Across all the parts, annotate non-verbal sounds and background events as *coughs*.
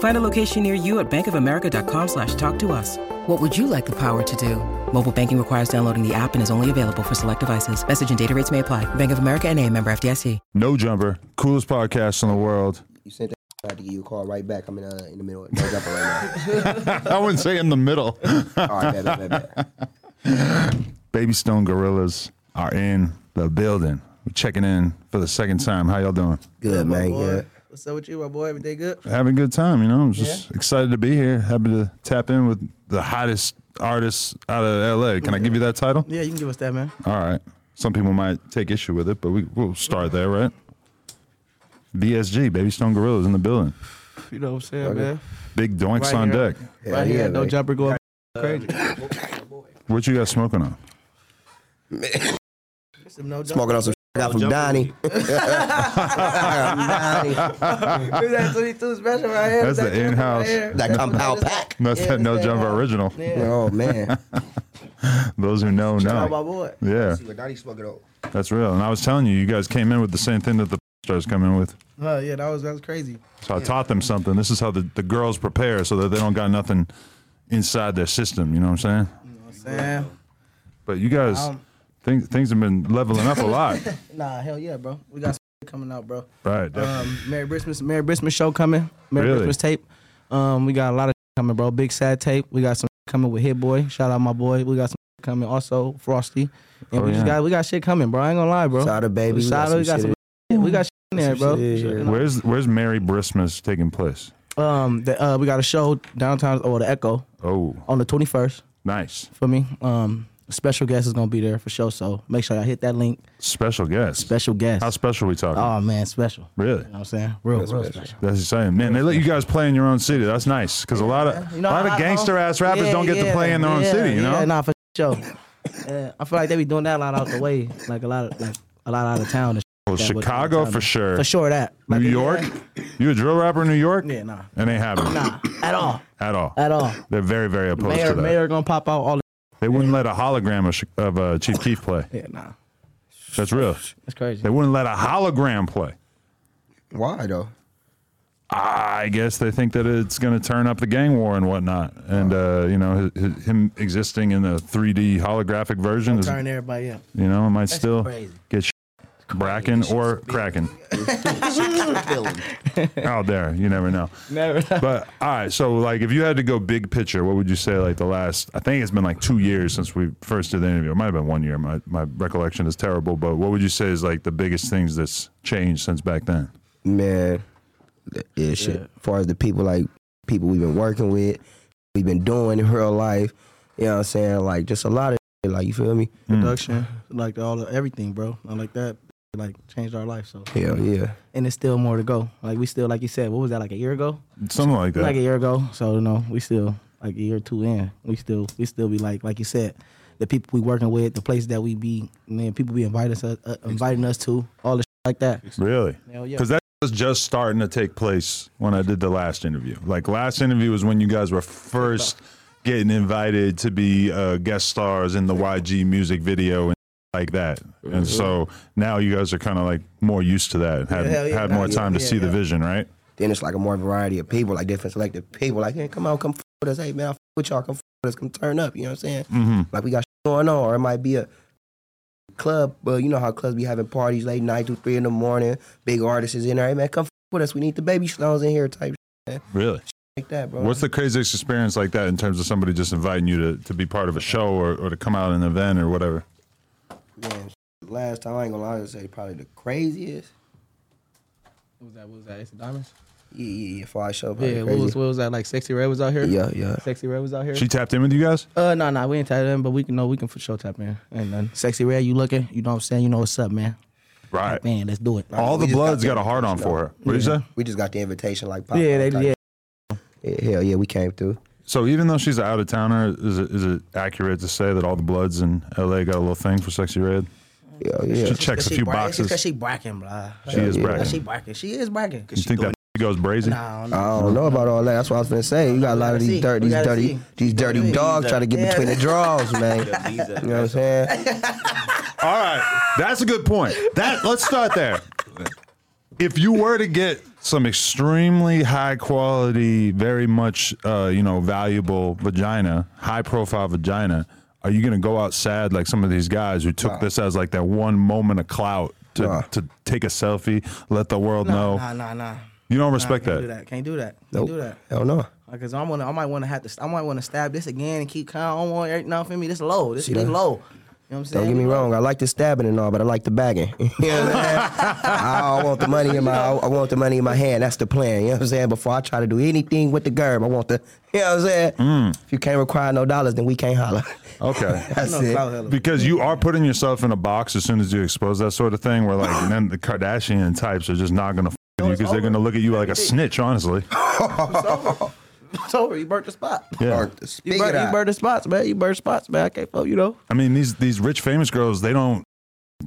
Find a location near you at bankofamerica.com slash talk to us. What would you like the power to do? Mobile banking requires downloading the app and is only available for select devices. Message and data rates may apply. Bank of America and a member FDIC. No Jumper, coolest podcast in the world. You said that I had to give you a call right back. I'm in, uh, in the middle. No jumper right I wouldn't say in the middle. *laughs* now. All right, bet, bet, bet, bet. Baby Stone Gorillas are in the building. We're checking in for the second time. How y'all doing? Good my man. boy. Good. What's up with you, my boy? Everything good? Having a good time, you know. I'm just excited to be here. Happy to tap in with the hottest artists out of LA. Can I give you that title? Yeah, you can give us that, man. All right. Some people might take issue with it, but we, we'll start there, right? BSG, Baby Stone Gorillas in the building. You know what I'm saying, man? Big doinks Right on here. deck. right here, yeah, no man. jumper going crazy. What you guys smoking on? *laughs* Some no jumper. Smoking on some. shit I got from *laughs* Donnie. *laughs* Look at that 22 special right here. That's That the jumper in-house. right here. That compound pack. That's Yeah, that No that's that Jumper one. original. Yeah. Oh man. Those who know, Shout out my know. boy. Yeah. what Donnie smoking on. That's real. And I was telling you, you guys came in with the same thing that the *laughs* stars come in with. Uh, yeah, that was that was crazy. So I taught them something. This is how the, the girls prepare so that they don't got nothing inside their system. You know what I'm saying? Sam. But you guys, Um, things, things have been leveling up a lot. *laughs* Nah, hell yeah, bro. We got some coming out, bro. right. definitely. Um, Merry Christmas, Merry Christmas show coming. Merry Really? Christmas tape. Um, we got a lot of coming, bro. Big sad tape. We got some coming with Hit Boy. Shout out my boy. We got some coming also Frosty, and Oh, we just yeah. got we got shit coming, bro. I ain't gonna lie, bro. Sada baby. Shout out, we got some. shit. We got shit in there, bro. Where's Where's Mary Brismas taking place? Um, the, uh, we got a show downtown or the Echo Oh, on the twenty first nice. for me. Um, special guest is gonna be there for sure. So make sure y'all hit that link. Special guest. Special guest. How special we talking? Oh man, special. Really? You know what I'm saying? Real, real special. That's exciting, man. They let you guys play in your own city. That's nice because a lot of You know, a lot I- of I- gangster ass rappers yeah, don't get yeah, to play in their own yeah, city. You know, Yeah, nah, for sure. yeah, I feel like they be doing that a lot out the way, like a lot, of, like a lot out of town. And Well, shit like that, what- Chicago what town- for sure. For sure that. Like, New yeah, York. *laughs* You a drill rapper in New York? Yeah, nah. And they haven't Nah, at all, at all. at all. They're very, very opposed to Uh, Mayor, that. mayor gonna pop out all. The, They wouldn't let a hologram of, Chi- of uh, Chief Keef play. yeah, nah, That's real. that's crazy. They wouldn't let a hologram play. Why though? I guess they think that it's going to turn up the gang war and whatnot. And uh, you know, his, his, him existing in the 3D holographic version is, Turn everybody up. you know, it might still crazy. get sh- bracken or cracking out there. You never know. Never. But all right, so like if you had to go big picture, what would you say like the last? I think it's been like two years since we first did the interview. It might have been one year. My my recollection is terrible. But what would you say is like the biggest things that's changed since back then? *laughs* Man. Yeah, shit. As far as the people like people we've been working with, we've been doing in real life. You know what I'm saying? Like just a lot of shit, like you feel me? Hmm. Production, like all the, everything, bro. I like that. Like changed our life. So Hell yeah. and it's still more to go. Like we still, like you said, what was that? Like a year ago. Something like that. like a year ago. So you know, we still like a year or two in. We still we still be like like you said, the people we working with, the place that we be, man, people be inviting us uh, inviting us to all the shit like that. Really? Hell yeah. Because that was just starting to take place when I did the last interview. Like last interview was when you guys were first getting invited to be uh, guest stars in the YG music video and like that. And so now you guys are kind of like more used to that and had, hell yeah. had more Yeah, time to yeah, see the yeah. vision, right? Then it's like a more variety of people, like different selected people. Like, hey, come out, come f- with us. Hey man, I f- with y'all, come f- with us, come turn up. You know what I'm saying? Mm-hmm. Like we got shit going on, or it might be a club. But you know how clubs be having parties late night, two, three in the morning. Big artists is in there. Hey man, come f- with us. We need the baby stones in here, type shit Really? like that, bro. What's the craziest experience like that in terms of somebody just inviting you to, to be part of a show or, or to come out at an event or whatever? man? shit, Last time I ain't gonna lie, I say probably the craziest. What was that? What was that? Ace of Diamonds? Yeah, yeah, yeah. Five show. Yeah, what was, what was that? Like Sexy Red was out here? yeah, yeah. Sexy Red was out here? She tapped in with you guys? Uh, no, no, we ain't tied in, but we can, no, we can for sure tap in. Ain't nothing. Sexy Red, you looking? You know what I'm saying? You know what's up, man. Right. Man, let's do it. All We the just got Bloods that got a hard on information for her. What do you say? We just got the invitation like pop. yeah, they, like, yeah. yeah, Hell yeah, we came through. So even though she's an out of towner, is it, is it accurate to say that all the Bloods in LA got a little thing for Sexy Red? Yeah, yeah. She checks a few boxes. she bracking, blah. She is Yeah. bragging. She bracking. She is bracking. You think that goes brazen? No, no. I don't know about all that. That's what I was gonna say. You got a lot of We these gotta dirty, see. We these gotta dirty, see. these dirty dogs trying to get between the draws, man. You know what I'm saying? All right, that's a good point. That let's start there. If you were to get some extremely high quality, very much uh, you know valuable vagina, high profile vagina, are you going to go out sad like some of these guys who took this as like that one moment of clout to, Nah. to take a selfie, let the world know? Nah, nah, nah. You don't respect nah, that. can't Do that. Can't do that. Can't Nope. do that. Hell no. Because I'm gonna, I might want to have to, I might want to stab this again and keep kind. I don't want everything off me. This low. This See big that? low. You know what I'm saying? Don't get me *laughs* wrong. I like the stabbing and all, but I like the bagging. *laughs* You know what I'm saying? I I want the money in my, I want the money in my hand. That's the plan. You know what I'm saying? Before I try to do anything with the gerb, I want the. You know what I'm saying? If you can't require no dollars, then we can't holler. *laughs* Okay. That's No, it. clout hella. Because you are putting yourself in a box as soon as you expose that sort of thing, where like *sighs* and then the Kardashian types are just not gonna f- with you because they're gonna look at you like a snitch. *laughs* Honestly, It's over. You burnt the spot. yeah. Or You speak burnt, it you out. burnt the spots, man. You burnt spots, man. I can't fuck you know. I mean these these rich famous girls they don't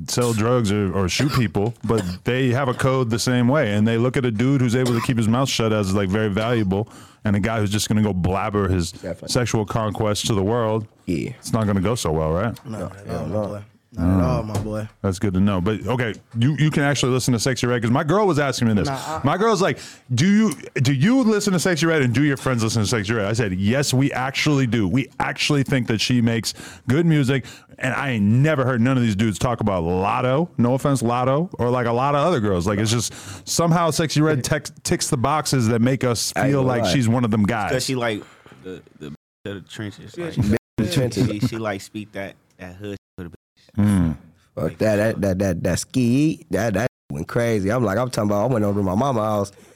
sell drugs or, or shoot people, but they have a code the same way, and they look at a dude who's able to keep his mouth shut as like very valuable, and a guy who's just gonna go blabber his Definitely. sexual conquest to the world. Yeah. It's not gonna go so well, right? No, not at all, my boy. Not at all, my *laughs* boy. That's good to know. But okay, you, you can actually listen to Sexy Red because my girl was asking me this. my girl's like, "Do you do you listen to Sexy Red and do your friends listen to Sexy Red?" I said, "Yes, we actually do. We actually think that she makes good music." And I ain't never heard none of these dudes talk about Lotto. No offense, Lotto, or like a lot of other girls. Like it's just somehow Sexy Red tex- ticks the boxes that make us ain't feel gonna like lie. she's one of them guys. Cause she like the the, b- of the trenches. Like, The trenches. she, she like speak that that hood. shit to the Mm. Fuck that, that, that, that, that ski, that, that went crazy. I'm like, I'm talking about, I went over to my mama's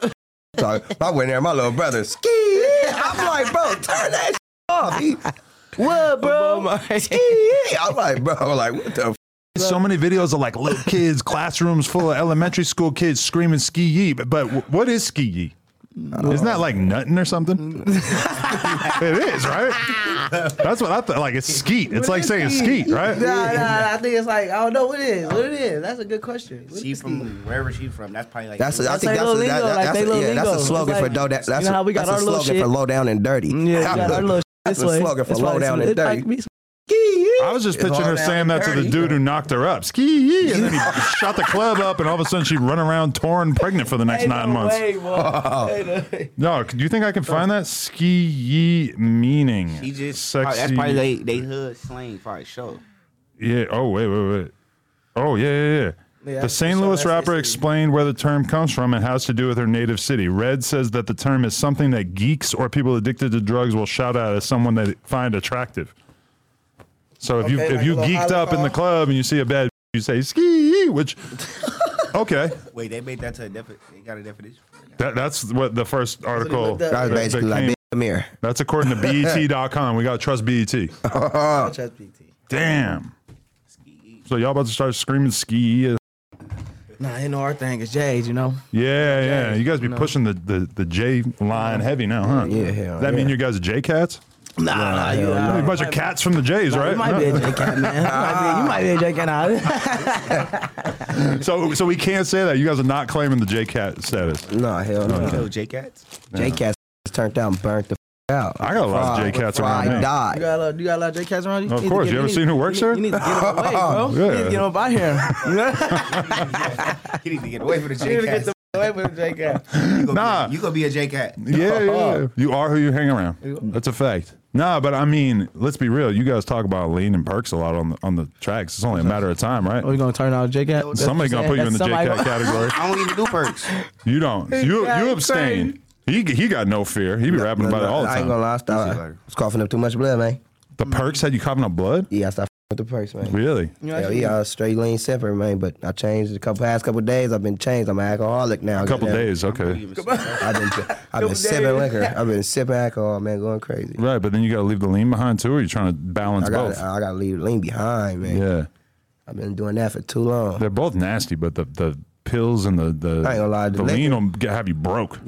house. *laughs* So I went there, my little brother, ski. I'm like, bro, turn that shit off. He, what, Oh, bro? Ski. I'm like, bro, like, what the f-? So many videos of like little kids, classrooms full of elementary school kids screaming ski yee. But, but wh- what is ski yee? Isn't that like nutting or *laughs* something? it is, right? That's what I thought. Like it's skeet. It's like saying skeet, right? Nah, nah, nah, I think it's like I don't know what it is. What it is? That's a good question. What She is it? from wherever she from. That's probably like That's a, I That's think like that's a, little that, lingo, that, like that's they a, little yeah, that's a lingo. slogan It's for like- do, that, that's, You know how a, we got that's a our little slogan shit? for low down and dirty. Yeah, we got our little shit That's this a way. slogan for That's why low down it's- and it's like dirty. me- I was just It's picturing all her down saying and that to the dirty. dude who knocked her up. Ski yee. And then *laughs* he shot the club up, and all of a sudden she run around torn pregnant for the next Ain't nine no months. way, boy. Ain't no way. No, do you think I can find that ski yee meaning? She just sexy. that's probably they they hood slang for a show. Yeah. Oh, wait, wait, wait. Oh, yeah, yeah, yeah. Yeah, the for St. sure, Louis that's rapper history. explained where the term comes from and has to do with her native city. Red says that the term is something that geeks or people addicted to drugs will shout out as someone they find attractive. So if you Okay, if like you a little geeked up in the lollipop. club and you see a bad, *laughs* you say ski, which *laughs* okay, Wait, they made that to a defi- they got a definition. that, that's what the first article. looked That's up. that- that basically like, came- bitch, come here. that's *laughs* according to E BET.com. We gotta trust E BET. ChatGPT. Damn. So y'all about to start screaming ski? Nah, you know our thing is J's, you know. Yeah, yeah. You guys be No. pushing the, the, the J line heavy now, huh? Yeah, Does hell that mean yeah. you guys are J cats? Nah, nah, you You nah, a bunch you of might- cats from the J's, nah, right? You might be a J *laughs* cat, man. You might be a J cat. You might be a J cat. *laughs* Nah. so so we can't say that. You guys are not claiming the J cat status. Nah, hell no. You know J Cats? J Cats turned down, burnt the f- out. I got a lot of Fried- J cats fried around me. You died. got a lot, you got a lot of J cats around you. Of need to course. get- You ever need- seen who works you here? need- You need to get them *laughs* away, bro. You need Yeah. to get them out here. You know? He need to get *laughs* away from the You J need to get Cats. them away with J cat. Nah. *laughs* You gonna be a J Cat. Yeah, yeah. You are who you hang around. That's a fact. Nah, but I mean, let's be real. You guys talk about lean and perks a lot on the on the tracks. It's only a matter of time, right? *laughs* We're gonna turn out J cat. Somebody's gonna put you in the J cat *laughs* category. *laughs* I don't even do perks. You don't. You you Exactly. abstain. He he got no fear. He be rapping about it all the I ain't time. *laughs* gonna lie, I stopped- I was coughing up too much blood, man. The perks had you coughing up blood. Yeah, I stopped with the perks, man. Really? Hell yeah, I was straight lean separate, man. But I changed a couple past couple days. I've been changed. I'm an alcoholic now. A couple goddamn. days, okay. I've been I've *laughs* been sipping liquor. I've been sipping alcohol, man, going crazy. Right, but then you got to leave the lean behind too, or you trying to I balance got both? to I got to leave lean behind, man. yeah. I've been doing that for too long. They're both nasty, but the, the pills and the, the, I ain't gonna lie, the the lean will get, have you *laughs* broke.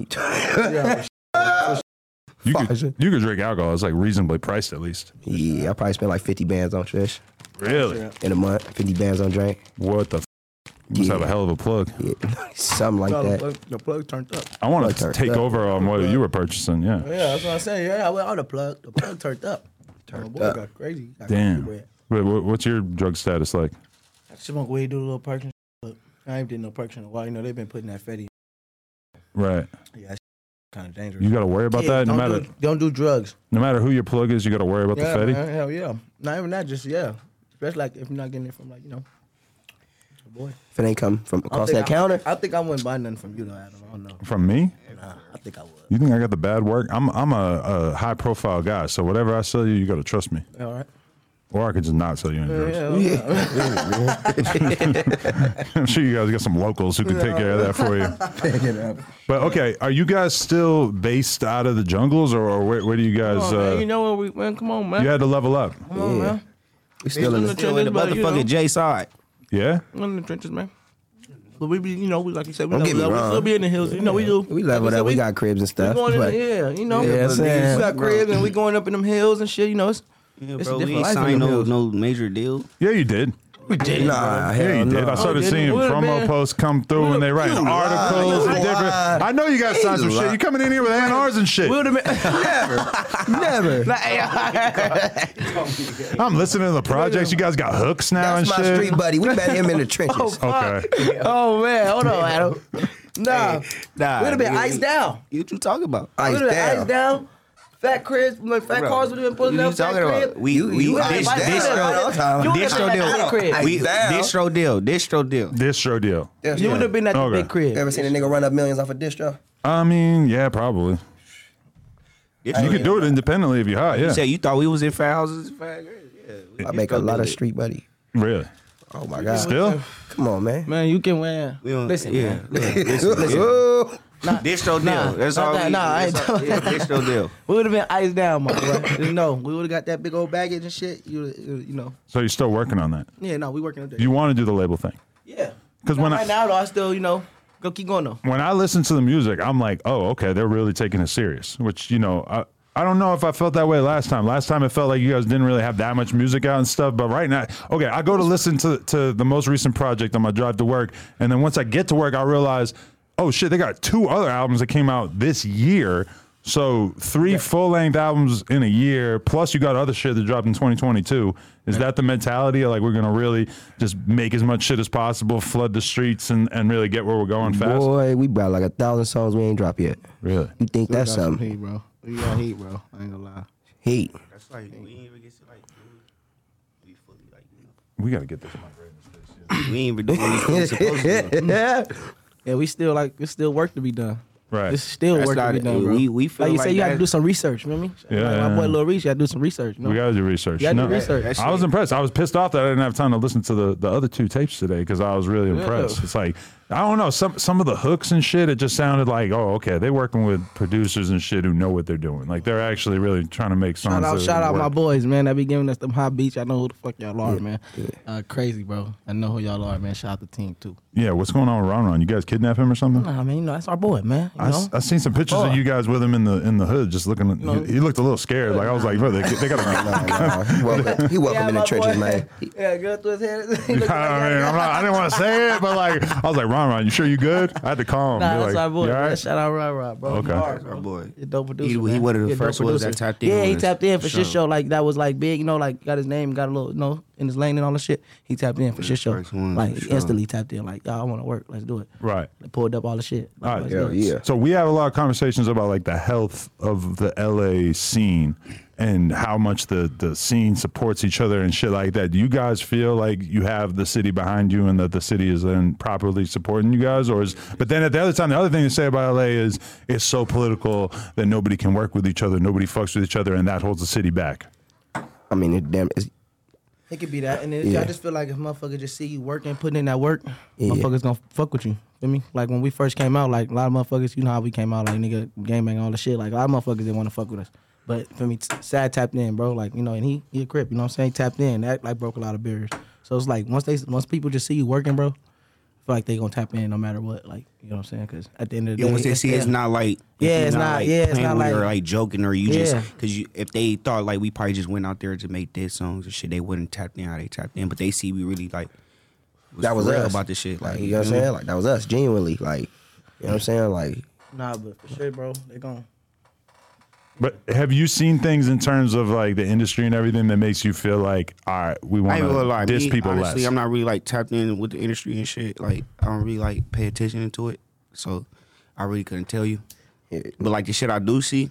You could, Fuck. you could drink alcohol. It's like reasonably priced at least. yeah, I probably spent like 50 bands on Trish Really? in a month. 50 bands on drink. What the f? Must Yeah. have a hell of a plug. Yeah, something like the, that. plug, the plug turned up. I want Like to her. take over on what you were purchasing. Yeah. Yeah, that's what I'm saying. Yeah, well, all the plug, the plug turned up. Turned boy up. got crazy. Got Damn. Crazy bread. Wait, what- what's your drug status like? I smoke weed, do a little perks, and shit, but I ain't did no perks in a while. You know they've been putting that fatty. Right. Yeah, that's kind of dangerous. You got to worry about Yeah, that. No don't matter do, don't do drugs. no matter who your plug is, you got to worry about yeah, the fatty. man, hell yeah. Not even that, just yeah. Especially like if you're not getting it from like you know, your boy. If it ain't come from I don't across think that I, counter, I think I wouldn't buy nothing from you though, Adam. I don't know. From me? Nah, I think I would. You think I got the bad work? I'm I'm a, a high profile guy, so whatever I sell you, you got to trust me. All right. Or I could just not sell you any drugs. Yeah, yeah. *laughs* I'm sure you guys got some locals who can take care of that for you. *laughs* pick it up. But okay, are you guys still based out of the jungles, or, or where, where do you guys? Come on, man, uh, you know what we man? Come on, man. you had to level up. Come on, man. We still in the Still in the Motherfucking you know, J side. Yeah. we're in the trenches, man. But we be, you know, we like you said, we, Don't know, get we, me love- we wrong. still be in the hills. You know, we do. we leveled Like I said, up. We got cribs and We stuff. going in, but- yeah, you know, Yeah, that's it. we got cribs and we going up in them hills and shit. You know, it's it's bro, a we different ain't life in signed them no, hills. no major deal. Yeah, you did. *laughs* Nah, hell Yeah, you did. no. Oh, I started didn't. seeing Would have promo been. posts come through and they write articles and You different. lied. I know you guys signed some You shit. lied. You coming in here with NRs and shit. *laughs* *laughs* Never. I'm listening to the projects. You guys got hooks now That's and my shit. street buddy. We met him in *laughs* the trenches. Okay. Oh man, hold on, Adam. Nah, Nah, we'd have been nigga, iced down. What you talking about? We'd Ice have been iced Oh, down. down. Fat cribs, like fat Bro, cars would have been pulling what up. you talking fat about? crib. We You- we you dish iced down. distro I'm talking about- distro Ice deal. down. We Ice down. distro deal. Distro deal. Distro deal. You would have been at the Okay. big crib. Ever seen a nigga run up millions off a distro? I mean, yeah, probably. You could do it independently if you're hot. You Yeah. say you thought we was in fat houses? Fat I make a lot of street buddy. Really. Oh my god. Still. Come on, man. Man, you can wear. We don't- Listen, yeah, man. yeah, listen, listen. Ooh. Distro deal. Nah, that's not all. that. we, Nah, I ain't that's all- yeah, Distro deal. We would have been iced down, my bro. no, we would have got that big old baggage and shit. You, woulda- you know. So you're still working on that. Yeah, no, we working up there. You want to do the label thing. yeah. 'Cause Now, when I- right now though, I still, you know, go keep going though. when I listen to the music, I'm like, oh, okay, they're really taking it serious. Which you know, I I don't know if I felt that way last time. Last time it felt like you guys didn't really have that much music out and stuff. But right now, okay, I go to listen to to the most recent project on my drive to work, and then once I get to work, I realize, oh shit, they got two other albums that came out this year. So three full length albums in a year, plus you got other shit that dropped in 2022. Is that the mentality? Like we're gonna really just make as much shit as possible, flood the streets, and, and really get where we're going fast. Boy, we brought like a thousand songs we ain't dropped yet. Really? You think that's Some something? heat, bro. We got heat, bro. I ain't gonna lie. *laughs* Heat. That's like we ain't even get to like. We fully like. We gotta get this mic right. We ain't even doing *laughs* what we supposed to. do. yeah. Yeah, we still like it's still work to be done. Right. It's still That's work to not be it. done, bro. We- we feel like you like say you got to that- do some research. Remember me? Yeah, Like yeah, my boy yeah. Lil Reese, you got to do some research. You know? We gotta do research. You gotta do No. research. That I was shit- impressed. I was pissed off that I didn't have time to listen to the, the other two tapes today because I was really impressed. It's like I don't know some some of the hooks and shit. It just sounded like oh okay they're working with producers and shit who know what they're doing. Like they're actually really trying to make songs. Shout out, that shout out work. my boys, man. That be giving us them hot beats. I know who the fuck y'all are, man. Uh, crazy, bro. I know who y'all are, man. Shout out the team too. Yeah, what's going on with Ron Ron? You guys kidnap him or something? Nah, I mean, you know, that's our boy, man. You I, know? s- I seen some pictures of you guys with him in the in the hood, just looking. He, he looked a little scared. Like I was like, bro, they, they got a. *laughs* Nah, nah. He welcome, he welcome in the my trenches, boy. man. *laughs* Yeah, girl through his head. I, mean, *laughs* I'm not, I didn't want to say it, but like I was like, Ron Ron, you sure you good? I had to calm. Nah, that's like, our boy. "You all man. right?" Shout out, Rod Rod, bro. Okay. Hard, Our bro. boy. He a dope producer. He- he man. one of the He a dope first ones that producer. tapped in Yeah, on he this, tapped in for for shit sure. show. Like that was like big, you know, like got his name, got a little, you know, in his lane and all the shit. He tapped in for shit show. first one, Like for sure. instantly tapped in. Like, y'all, I want to work. Let's do it. Right. Ah, They pulled up all the shit. Like, All right. let's Hell do it. yeah. So we have a lot of conversations about like the health of the LA scene and how much the the scene supports each other and shit like that. Do you guys feel like you have the city behind you and that the city is then properly supporting you guys or is but then at the other time the other thing to say about LA is it's so political that nobody can work with each other, nobody fucks with each other and that holds the city back. I mean, it damn. It's, It could be that, and it, Yeah. I just feel like if motherfuckers just see you working, putting in that work, Yeah. motherfuckers gonna fuck with you. Feel me? Like when we first came out, like a lot of motherfuckers, you know how we came out, like nigga, gangbang, all the shit. Like a lot of motherfuckers didn't want to fuck with us, but for me, t- Sad tapped in, bro. Like you know, and he he a crip, you know what I'm saying? He Tapped in, that like broke a lot of barriers. So it's like once they once people just see you working, bro, I feel like they gonna tap in no matter what. Like you know what I'm saying? Because at the end of the Yeah, day, once they see it's yeah. not like Yeah, you're it's not- yeah, it's playing not with it like- or like joking or you just Yeah. because you if they thought like we probably just went out there to make dead songs and shit they wouldn't tap in how they tapped in but they see we really like that was for real us. about this shit Like, like you know what I'm saying? Like that was us, genuinely. Like, you know what I'm saying? Like, Nah, but for sure, bro, they gonna. But have you seen things in terms of like the industry and everything that makes you feel like, all right, we I want ain't gonna lie. to diss me, people honestly, less? I'm not really like tapped in with the industry and shit. Like I don't really like pay attention into it, so I really couldn't tell you. But like the shit I do see,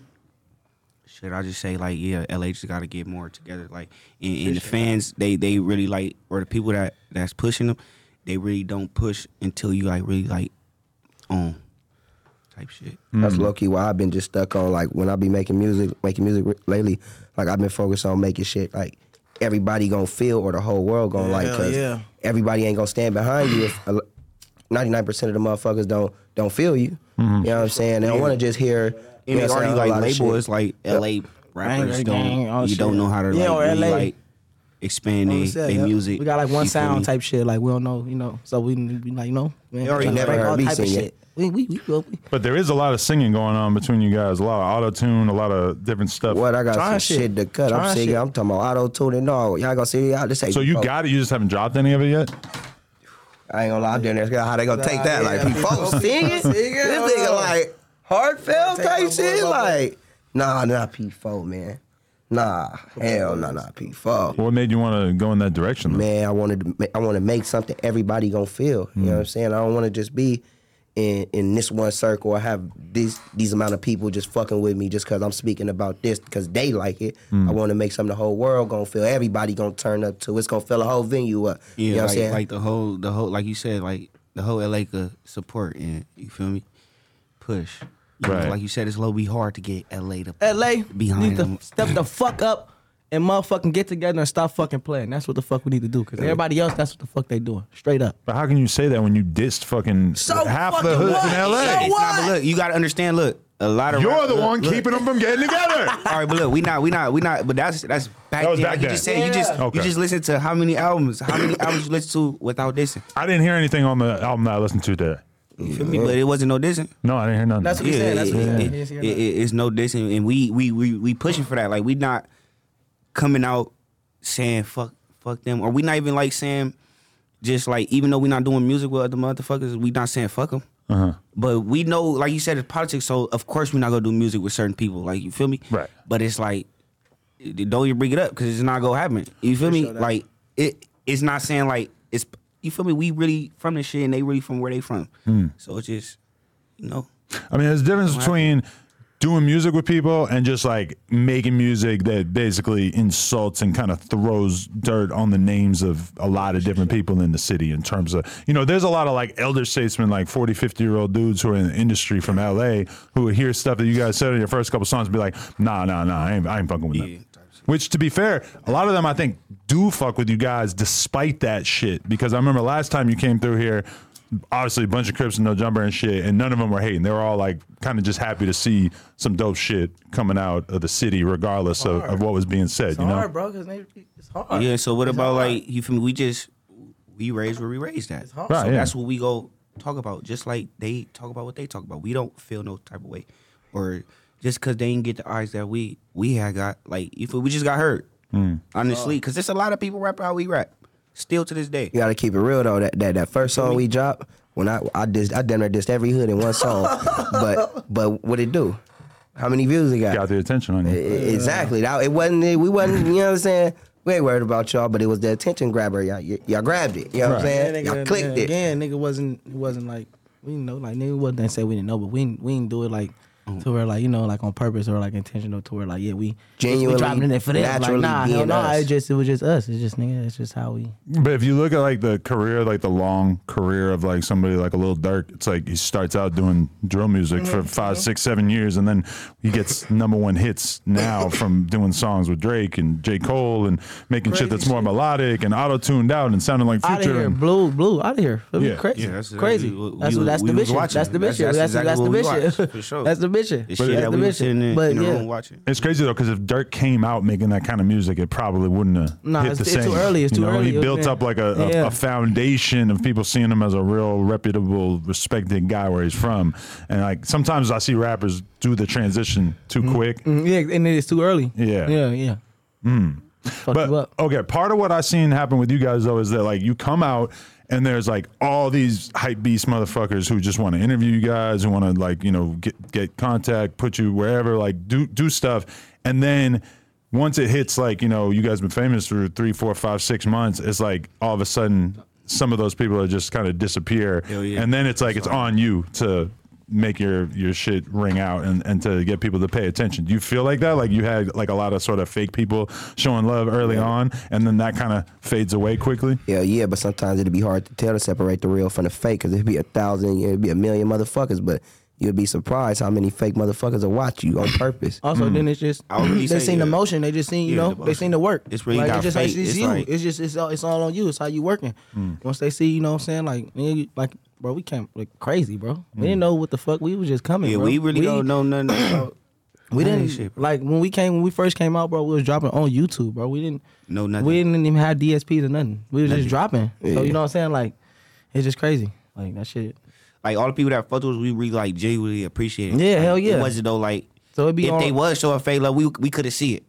shit I just say like yeah, LA just got to get more together. Like and, and the fans, they they really like or the people that that's pushing them, they really don't push until you like really like on type shit. That's low key why I've been just stuck on like when I be making music, making music re- lately. Like I've been focused on making shit like everybody gonna feel or the whole world gonna like. Hell Cause yeah. everybody ain't gonna stand behind you if ninety nine percent of the motherfuckers don't don't feel you. You know what I'm saying? They don't want to just hear. you know And they what I'm already saying, a like lot of label shit. is like LA rappers gang, don't all you shit. don't know how to like, Yeah, or really, LA. like expand Like they, I said, they yeah. music. We got like one You feel me? sound type shit. Like we don't know, you know. So we need to be like, you know, man, already tryna never break heard all me type of sing it. shit. We we we, go- we but there is a lot of singing going on between you guys, a lot of auto tune, a lot of different stuff. What I got some Trying shit. shit to cut. I'm Trying singing. shit. I'm talking about auto tune and all. Y'all gonna see y'all just say. so you "Bro, got it, you just haven't dropped any of it yet? I ain't gonna lie, I'm down there. How they gonna take that? yeah, like, *laughs* people *laughs* people- singing? singing, This nigga hold on. like heartfelt Take my type boy, shit. my boy. Like, nah, not P4, man. Nah, hell no, not P4. What made you want to go in that direction? though? Man, I wanted to, ma- I want to make something everybody gonna feel. You Hmm. know what I'm saying? I don't want to just be in in this one circle. I have these these amount of people just fucking with me just because I'm speaking about this because they like it. Hmm. I want to make something the whole world gonna feel. Everybody gonna turn up to. It's gonna fill the whole venue up. Yeah, you know what like, I'm saying? like the whole, the whole, like you said, like the whole LA could support and you feel me, push. You know, Right. like you said, it's low be hard to get LA to LA behind need to them. step the fuck up and motherfucking get together and stop fucking playing. That's what the fuck we need to do. Cause everybody else, that's what the fuck they doing. Straight up. But how can you say that when you dissed fucking So half the fucking hoods what? in LA? So what? Nah, but look, you gotta understand. Look, a lot of You're rap- the look, one look. keeping them from getting together. *laughs* All right, but look, we not, we not, we not. But that's that's back That was then. back like then. you just said, you just Yeah. Okay. you just listen to how many albums, how many *coughs* albums you listen to without dissing. I didn't hear anything on the album that I listened to today. You feel me? But it wasn't no dissing. No, I didn't hear nothing. That's what he said. That's what he said. it- He didn't say it- nothing. it- it's no dissing, and we we we we pushing for that. Like we not coming out saying fuck fuck them, or we not even like saying just like even though we not doing music with other motherfuckers, we not saying fuck them. But we know, like you said, it's politics. So of course we're not gonna do music with certain people. Like you feel me? Right. But it's like don't even bring it up because it's not gonna happen. You feel me? Like it, it's not saying like it's. You feel me? We really from this shit, and they really from where they from. So it's just, you know. I mean, there's a difference between doing music with people and just like making music that basically insults and kind of throws dirt on the names of a lot of different people in the city in terms of you know there's a lot of like elder statesmen like 40 50 year old dudes who are in the industry from LA who would hear stuff that you guys said in your first couple songs and be like nah nah nah I ain't, I ain't fucking with them which to be fair a lot of them I think do fuck with you guys despite that shit because I remember last time you came through here obviously a bunch of Crips and No Jumper and shit, and none of them were hating. They were all like kind of just happy to see some dope shit coming out of the city, regardless of, of what was being said. you know, hard, bro. Cause they, it's hard. Yeah. So what about like you feel me? We just we raise where we raise that. So Right, yeah. that's what we go talk about. Just like they talk about what they talk about. We don't feel no type of way, or just because they didn't get the eyes that we we had got. Like if we just got hurt, Mm. honestly, because there's a lot of people rap how we rap still to this day. You gotta keep it real though. That that, that first song we dropped, when I I dissed, I damn near dissed every hood in one song. but but what it do? How many views it got? got their attention on E- you. Exactly. That, it wasn't. We wasn't. You know what I'm saying? We ain't worried about y'all, but it was the attention grabber. Y'all, y- y'all grabbed it. You know what I'm Right. Yeah, saying? nigga, Y'all clicked yeah, it. Again, nigga wasn't it wasn't like we didn't know like nigga wasn't say we didn't know, but we didn't, we didn't do it like Mm. to where like you know like on purpose or like intentional to where like yeah we Genuinely, we dropping in there for them like naturally nah hell being nah us. it just it was just us it's just nigga it's just how we But if you look at like the career, like the long career of like somebody like a Lil Durk, it's like he starts out doing drill music for five, six, seven years, and then he gets number one hits now from doing songs with Drake and J. Cole and making shit that's more melodic and auto tuned out and sounding like out of Future. here and- blue blue out of here It'd be Yeah. crazy Yeah, that's- crazy that's- we- that's we- what that's we the was mission watching. that's the That's- mission that's that's the- that's the exactly what we mission *laughs* watched, for sure. that's the mission The shit That's the that we were sitting in, mission but in the yeah room watching. It's crazy though, because if Dirk came out making that kind of music, it probably wouldn't have Nah, hit it's- the it's same. too early, it's You too know, early, He it- built up like a, a, yeah. a foundation of people seeing him as a real reputable, respected guy where he's from. And like sometimes I see rappers do the transition too quick. Mm, *laughs* yeah and it's too early Yeah. yeah yeah Hmm. fuck you But up okay, part of what I seen happen with you guys though is that like you come out and there's like all these hype beast motherfuckers who just want to interview you guys, who want to like you know get get contact, put you wherever, like do do stuff, and then. Once it hits, like you know, you guys been famous for three, four, five, six months. It's like all of a sudden, some of those people are just kind of disappear, Hell yeah. and then it's like it's on you to make your your shit ring out and, and to get people to pay attention. Do you feel like that? Like you had like a lot of sort of fake people showing love early on and then that kind of fades away quickly? Yeah, yeah, but sometimes it'd be hard to tell to separate the real from the fake because it'd be a thousand, it'd be a million motherfuckers, but you'd be surprised how many fake motherfuckers will watch you on purpose. Oh, Also, then it's just *clears throat* Mm. I was really they saying, seen the yeah. motion. They just seen you Yeah, know the they motion. seen the work. It's really like, got it's just faith. it's, it's It's you. like- Mm. it's just it's all, it's all on you. It's how you working. Once they see you know what I'm saying like nigga, you- like bro we came like crazy bro. We didn't know what the fuck we was just coming. Mm. Yeah, bro. we really don't know nothing about *clears throat* We none of didn't this shit, bro. like when we came when we first came out, bro. We was dropping on YouTube, bro. We didn't No, nothing. We didn't even have DSPs or nothing. We was just dropping. So you know what I'm saying like it's just crazy. Like that shit. like all the people that fucked with us, we really like genuinely appreciate it. Yeah, Like, hell yeah. It wasn't though like So it'd be if on- they was showing fake love, we we could have see it.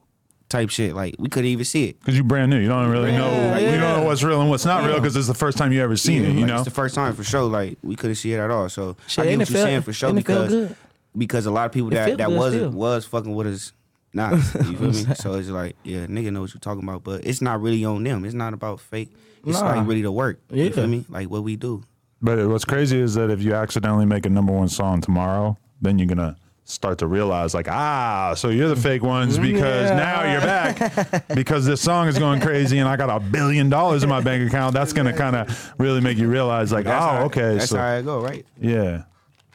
Type shit. Like we couldn't even see it. Because you're brand new. You don't really know like, you don't know what's real and what's not real because it's the first time you ever seen it, you Like, know? it's the first time for sure. Like we couldn't see it at all. So Shit, I get and what it you're felt- saying for sure and it felt because good. because a lot of people It that felt that good was still. was fucking with us. *laughs* Not you feel me? So it's like yeah, nigga know what you're talking about, but it's not really on them. It's not about fake. It's Nah. like really the work. Yeah. You feel me? Like what we Oh, do. But what's crazy is that if you accidentally make a number one song tomorrow, then you're gonna start to realize like ah so you're the fake ones because now you're back *laughs* because this song is going crazy and i got a billion dollars in my bank account that's going to kind of really make you realize like That's how- oh okay That's so how I go right. yeah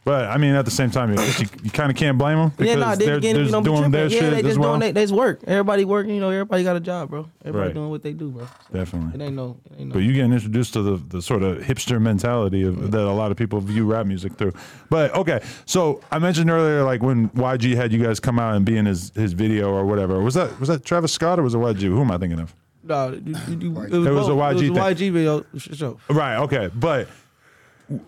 but i mean at the same time you, you, kind of can't blame them because Yeah, nah, they're, they again, they're you don't be doing tripping. their yeah, shit they as just well doing they, they just work. Everybody working, you know, everybody got a job, bro. Everybody Right. doing what they do, bro. So definitely it ain't no it ain't no But you getting introduced to the, the sort of hipster mentality of, that a lot of people view rap music through. But okay, so I mentioned earlier, like when YG had you guys come out and be in his, his video or whatever. Was that was that Travis Scott or was it YG? Who am I thinking of? No, you, you, you, it was, It was a both. YG It thing. was a YG video. sh- show. Right. Okay. But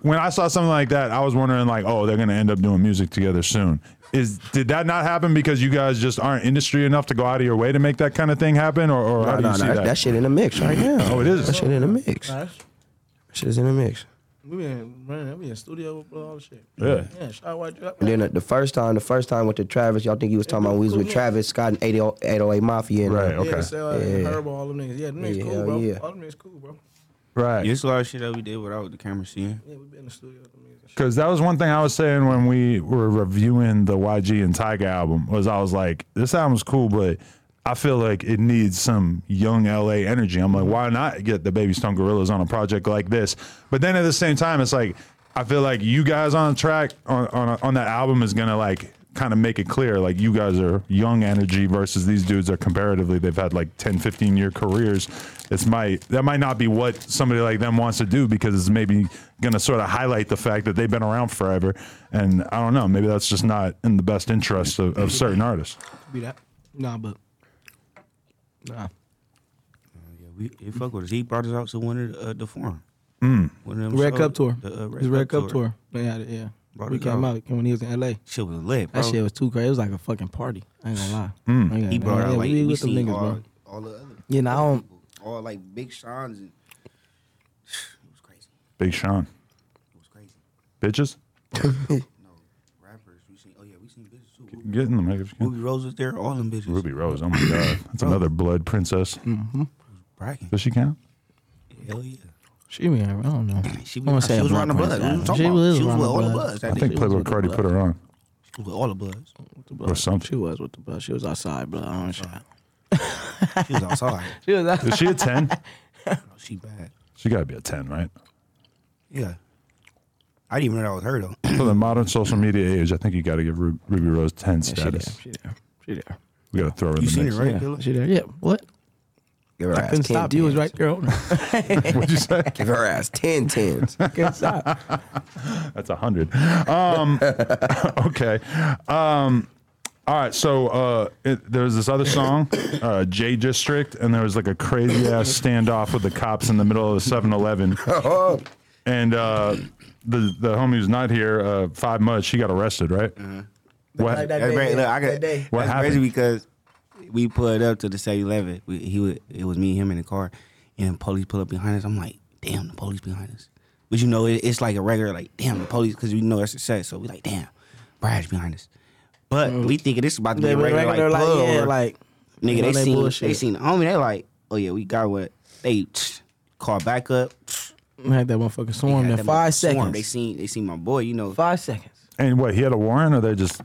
when I saw something like that, I was wondering like, oh, they're gonna end up doing music together soon. Is did that not happen because you guys just aren't industry enough to go out of your way to make that kind of thing happen, or, or how No, do you no, see no, that, that? that shit in the mix right now. Oh, it is? That shit in the mix. That shit's in the mix. We been running. We in studio with all the shit. Yeah. Yeah, shout out YG. And then uh, the- the first time, the first time with the Travis, y'all think he was talking about we was with Travis Scott and oh, 80, 808 Mafia. And Right. uh, Okay. Yeah, sell out Yeah. Herb, all them niggas. Yeah, them niggas Yeah, cool, hell bro. yeah. All them niggas cool, bro. Right. Yeah, It's a lot of shit that we did without the camera seeing. Yeah, we been in the studio with them niggas. Because that was one thing I was saying when we were reviewing the YG and Tyga album was I was like, this album's cool, but I feel like it needs some young LA energy. I'm like, why not get the Baby Stone Gorillas on a project like this? But then at the same time, it's like I feel like you guys on track on on, on that album is gonna like kind of make it clear like you guys are young energy versus these dudes are comparatively they've had like 10 15 year careers it's might that might not be what somebody like them wants to do because it's maybe going to sort of highlight the fact that they've been around forever and i don't know maybe that's just not in the best interest of, of certain artists Could Be that. Nah, but nah. Yeah, we it fuck with us. He brought us out to one of the, uh, the forum. One of them Red shows, Cup tour. The uh, Red, It's Red Cup, tour. They had it. Yeah. Brought we it came out. out when he was in LA. Shit was lit, bro. That shit was too crazy. It was like a fucking party. I ain't gonna lie. Hmm. I ain't gonna- he brought yeah, out like we we, with them seen niggas, all, bro. all the other Yeah, nah, I don't. people, all like Big Sean's and *sighs* it was crazy. big sean It was crazy. bitches No rappers we seen. Oh yeah, we seen bitches too. Ruby, get in the mic if you can. Ruby Rose was there. All them bitches. ruby rose oh my god that's another blood princess Mm. Bragging. does she count Hell yeah. She be. I don't know. She I wanna was, she a was blood around the prince. blood. What you She talking about? was She was around with the all the blood. bloods. i That think nigga. playboy cardi put her on With all the bloods. or something. She was with the bro. She was outside, bro. I don't shot. She *laughs* was outside. She was outside. Is she a *laughs* ten? she bad. She got to be a ten, right? Yeah. I didn't even know that was her though. For the modern social media age, I think you got to give Ru- Ruby Rose ten She there. status. She there. She there. We got to throw her in You the seen it, mix. right? Yeah. Dilla? She there. Yeah. What? Give her I ass couldn't 10 stop. You was tens. right there. on her. What'd you say? *laughs* Give her ass 10 *laughs* tens. Couldn't stop. That's a hundred. Um, *laughs* okay. Um, all right. So uh, it, there was this other song, uh, J District, and there was like a crazy ass standoff with the cops in the middle of a *laughs* 7-Eleven. and uh, the the homie who's not here, uh, Five Mud, she got arrested, right? Uh-huh. What? Like that That's day, great. man. Look, I got, That day. What that's happened? crazy because we pulled up to the 7-Eleven. We, he was, it was me, him in the car, and police pull up behind us. I'm like, damn, the police behind us. But you know, it, it's like a regular, like, damn, the police, because we know that's a set. So we like, damn, Brad's behind us. But we thinking this is about to be They a were regular, Mm. regular, like, like, pull yeah, over. like Nigga, they, they seen bullshit. they seen the homie. They like, oh yeah, we got what they *sniffs* call back up. *sniffs* had that motherfucker swarmed Had in them five swarm. seconds. They seen they seen my boy. You know, five seconds. And what? He had a warrant, or they just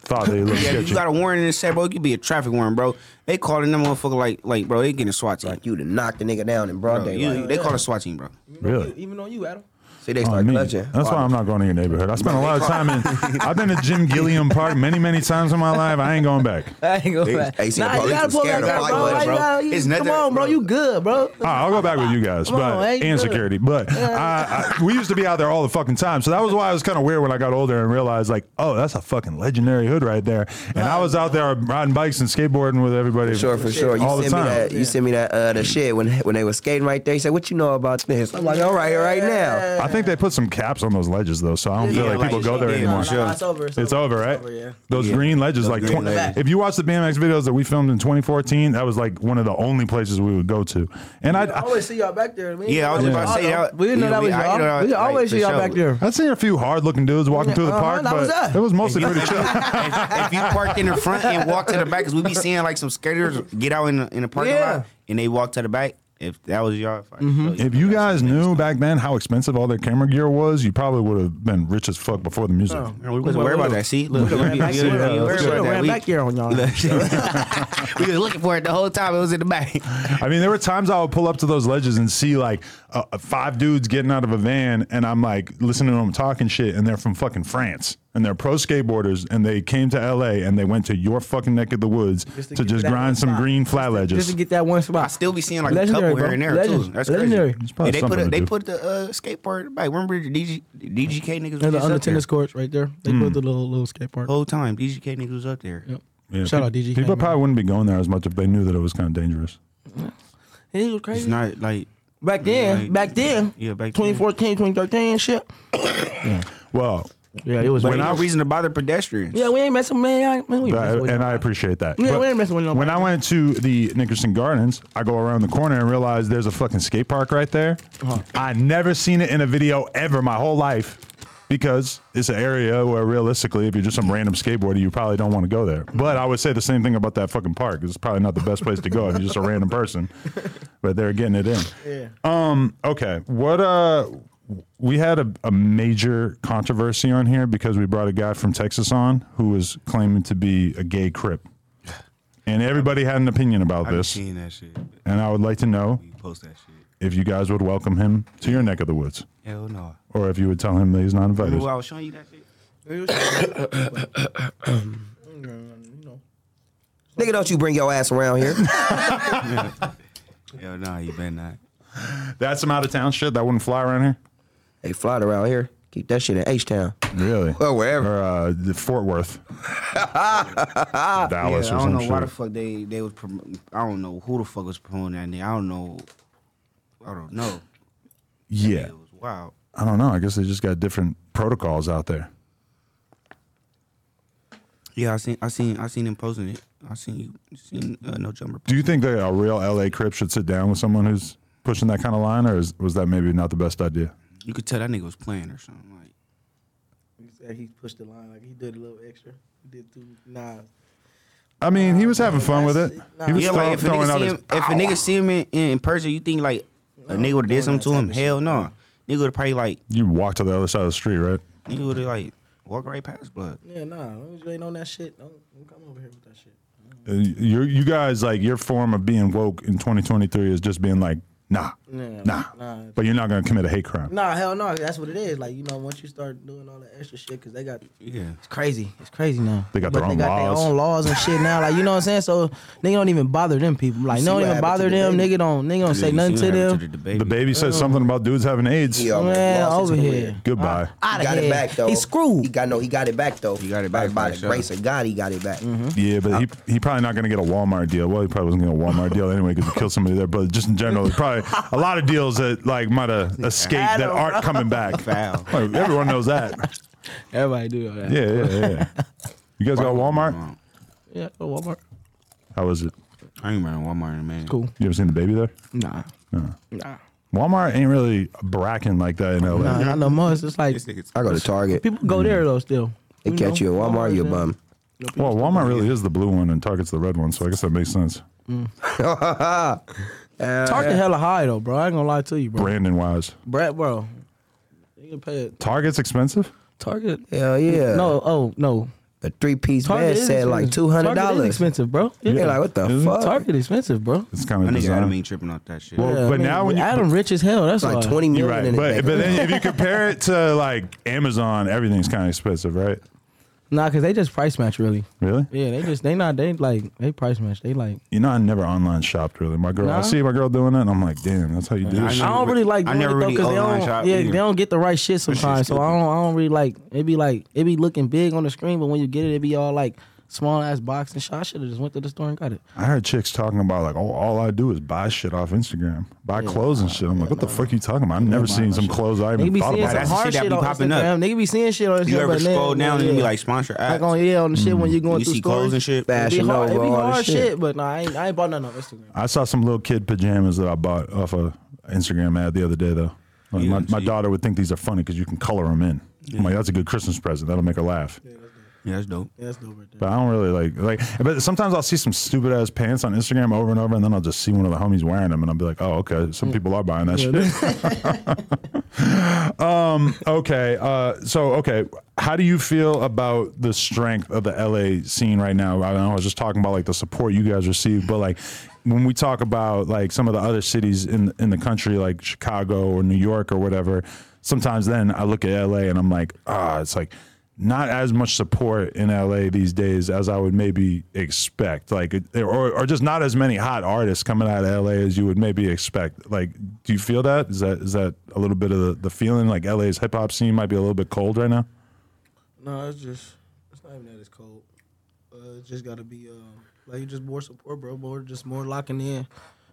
thought they looked yeah, sketchy? you got a warrant and said, bro, you could be a traffic warrant, bro. They calling them motherfucker like like bro. They getting a SWAT team. like you to knock the nigga down in broad Bro, daylight. you- they call a SWAT team, bro. Really? Even on you, Adam. See, they Oh, start me. clutching. That's why I'm not going to your neighborhood. I spent a lot of time in. I've been to Jim Gilliam Park many, many times in my life. I ain't going back. I ain't gonna lie. Hey, see, nah, the you gotta police pull scared that of back, white bro. boys, Like, bro. nah, you- It's Come nothing- on, bro. You good, bro? All right, I'll go back with you guys, Come on, but hey, and good. security. But I, I, we used to be out there all the fucking time, so that was why it was kind of weird when I got older and realized, like, oh, that's a fucking legendary hood right there. And I was out there riding bikes and skateboarding with everybody. For sure, for sure. You all the sent me time. that. You sent me that. Uh, the shit when when they was skating right there. You said, "What you know about this?" I'm like, "All right, all right now." I think they put some caps on those ledges though, so I don't Yeah, feel like, like, people go there yeah, anymore. for sure. It's over. It's, It's over, right? yeah. Those green ledges, like green 20, ledges. if you watch the BMX videos that we filmed in 2014, that was like one of the only places we would go to. And I, I I, always see y'all back there. man. Yeah, I was just about to say that. We didn't know You that was I didn't know y'all. that We was, like, always see for y'all sure. back there. I seen a few hard-looking dudes walking through the Uh-huh, park, that was but us. it was mostly *laughs* pretty chill. if you parked in the front and walked to the back, because we be seeing like some skaters get out in the, in the parking Yeah. lot and they walk to the back. If that was y'all, if, I If you guys knew back then how expensive all their camera gear was, you probably would have been rich as fuck before the music. Oh, we wasn't worried about that. See, look, we ran back uh, we- we- here. we- we- We we- should've we- ran we- back here on y'all. Look. we was looking for it the whole time. It was in the back. I mean, there were times I would pull up to those ledges and see like uh, uh, five dudes getting out of a van, and I'm like listening to them talking shit, and they're from fucking France, and they're pro skateboarders, and they came to LA and they went to your fucking neck of the woods to, get just that one grind some spot. green flat Just ledges. to get that one spot. I still be seeing like Legendary, a couple bro. here and there too. Legend- That's legendary. crazy. It's probably And they put something a, to they do. put the uh, skateboard back. Remember the DG, DGK And the niggas was just under up there. tennis courts right there. They put the little little skate park. whole time. DGK niggas was up there. Yep. Yeah, Shout pe- out DG. People Kane, probably wouldn't be going there as much if they knew that it was kind of dangerous. man. He was crazy. It's not like back then, Like- back then, Yeah, back then. 2014, 2013, shit. Well, Yeah, it was. when no reason to bother pedestrians. yeah, we ain't messing, man. I- man we That- messing with and y'all. I appreciate that. Yeah, But we ain't messing with nobody. When I went to the Nickerson Gardens, I go around the corner and realize there's a fucking skate park right there. Uh-huh. I never seen it in a video ever my whole life because it's an area where realistically, if you're just some random skateboarder, you probably don't want to go there. But I would say the same thing about that fucking park. It's probably not the best place to go if you're just a random person. But they're getting *laughs* it in. Yeah. Um. Okay. What uh. We had a, a major controversy on here because we brought a guy from Texas on who was claiming to be a gay crip. And everybody had an opinion about I've this. seen that shit. You And I would like to know post that shit. if you guys would welcome him to your neck of the woods Hell no. or if you would tell him that he's not invited. Remember I was showing you that shit. Nigga, don't you bring your ass around *laughs* here? Hell no, you better not. That's some out of town shit that wouldn't fly around here? hey, fly it around here. Keep that shit in H Town. Really? Well, wherever. Or uh, the Fort *laughs* Worth. Dallas yeah, or I don't some know shit. why the fuck they they was. Prom- I don't know who the fuck was promoting that. Nigga. I don't know. I don't know. yeah. It was wild. I don't know. I guess they just got different protocols out there. Yeah, I seen I seen I seen him posting it. I seen you seen uh, no jumper. Do you think that a real LA Crip should sit down with someone who's pushing that kind of line or is, was that maybe not the best idea? You could tell that nigga was playing or something. Like He pushed the line like he did a little extra. He did two nah. I mean, he was having fun with it. He was yeah, throw- like if a throwing nigga out see his. him, if a nigga see him in, in person, you think like a nigga would have did something to him? Hell no. Nigga would have probably like You walk to the other side of the street, right? nigga would have like Walk right past blood. Yeah, nah. as long as You ain't on that shit. Don't, don't come over here with that shit. Uh, you you guys like your form of being woke in 2023 is just being like nah, Yeah, nah, nah. but you're not gonna commit a hate crime. Nah, hell no. That's what it is. Like you know, once you start doing all that extra shit, cause they got Yeah. it's crazy. It's crazy now. They got their But own they got laws. Their own laws and shit now. Like you know what I'm saying. So nigga don't even bother them people. Like see no, what don't even happened to bother the them. baby? Nigga don't. Nigga don't say nothing to them. the The baby said Uh, something about dudes having AIDS. He almost Man, lost his over career. here. Goodbye. Out He got of it here. back though. He He screwed. got no. He got it back though. He got it back, by, for the sure. grace of God. He got it back. Mm-hmm. Yeah, but he he probably not gonna get a Walmart deal. Well, he probably wasn't gonna get a Walmart deal anyway because he killed somebody there. But just in general, there's probably a lot of deals that like might have escaped that Adam, aren't coming back. Foul. Like, everyone knows that. Everybody do that. Yeah, yeah, yeah. You guys got Walmart? Yeah. Go Walmart. How was it? I ain't been in Walmart in a minute. Cool. You ever seen the baby there? Nah. Nah. Walmart ain't really bracking like that in LA. Nah. Not no more. It's just like This nigga's I go to Target. people go there though. Still. They You catch know, you at Walmart. You a yeah. bum. Well, Walmart really is the blue one, and Target's the red one, so I guess that makes sense. Target hella high though, bro. I ain't gonna lie to you, bro. Brandon wise, Brad, bro. You can pay it. Target's expensive. Target. Hell yeah. No, oh no. A three piece bed is said like two expensive. hundred Target is dollars. expensive, bro. Yeah. You're like, what the Isn't it? fuck? Target expensive, bro. It's kind I of think Adam design. ain't tripping off that shit. Well, Yeah, I but mean, now when you Adam rich as hell. That's It's like why. twenty You're million. right, in it but back. but then if you compare it to like Amazon, everything's kind of expensive, right? Nah, cause they just price match really. Really? Yeah, they just they not they like they price match. They like You know, I never online shopped really. My girl, I Nah. see my girl doing that, and I'm like, damn, that's how you do I this. I shit. don't really like I doing it never though, really cause they online don't shop yeah either. they don't get the right shit shit's sometimes. So I stupid. don't I don't really like it be like it be looking big on the screen, but when you get it, it be all like small ass box and shit. I should have just went to the store and got it. I heard chicks talking about like, oh, all I do is buy shit off Instagram, buy clothes and shit. I'm like, what the fuck you talking about? I've never seen some clothes I Nigga even be thought seeing about. some That's the hard shit that shit, be on popping up. Instagram. Nigga be seeing shit on Instagram. you ever but then- scroll down and yeah. be like sponsor like ads? Mm-hmm. on yeah on the shit when you going You through see stores clothes and shit? It be Fashion hard, it Nova, be all this hard shit. shit. but nah, I ain't, I ain't bought nothing on Instagram. I saw some little kid pajamas that I bought off a Instagram ad the other day though. Like, Yeah, my so my you- daughter would think these are funny because you can color them in. I'm like, that's a good Christmas present. That'll make her laugh. Yeah, that's dope. Yeah, that's dope right there. But I don't really like like. But sometimes I'll see some stupid ass pants on Instagram over and over, and then I'll just see one of the homies wearing them, and I'll be like, oh, okay, some people are buying that shit. *laughs* um, okay, uh, so okay, how do you feel about the strength of the LA scene right now? I, I was just talking about like the support you guys receive, but like when we talk about like some of the other cities in in the country, like Chicago or New York or whatever, sometimes then I look at LA and I'm like, ah, it's like not as much support in LA these days as I would maybe expect. Like, it- or, or just not as many hot artists coming out of LA as you would maybe expect. Like, do you feel that? Is that is that a little bit of the, the feeling? Like, LA's hip hop scene might be a little bit cold right now. No, it's just it's not even that it's cold. Uh, it's just gotta be um, like you just more support, bro. More just more locking in.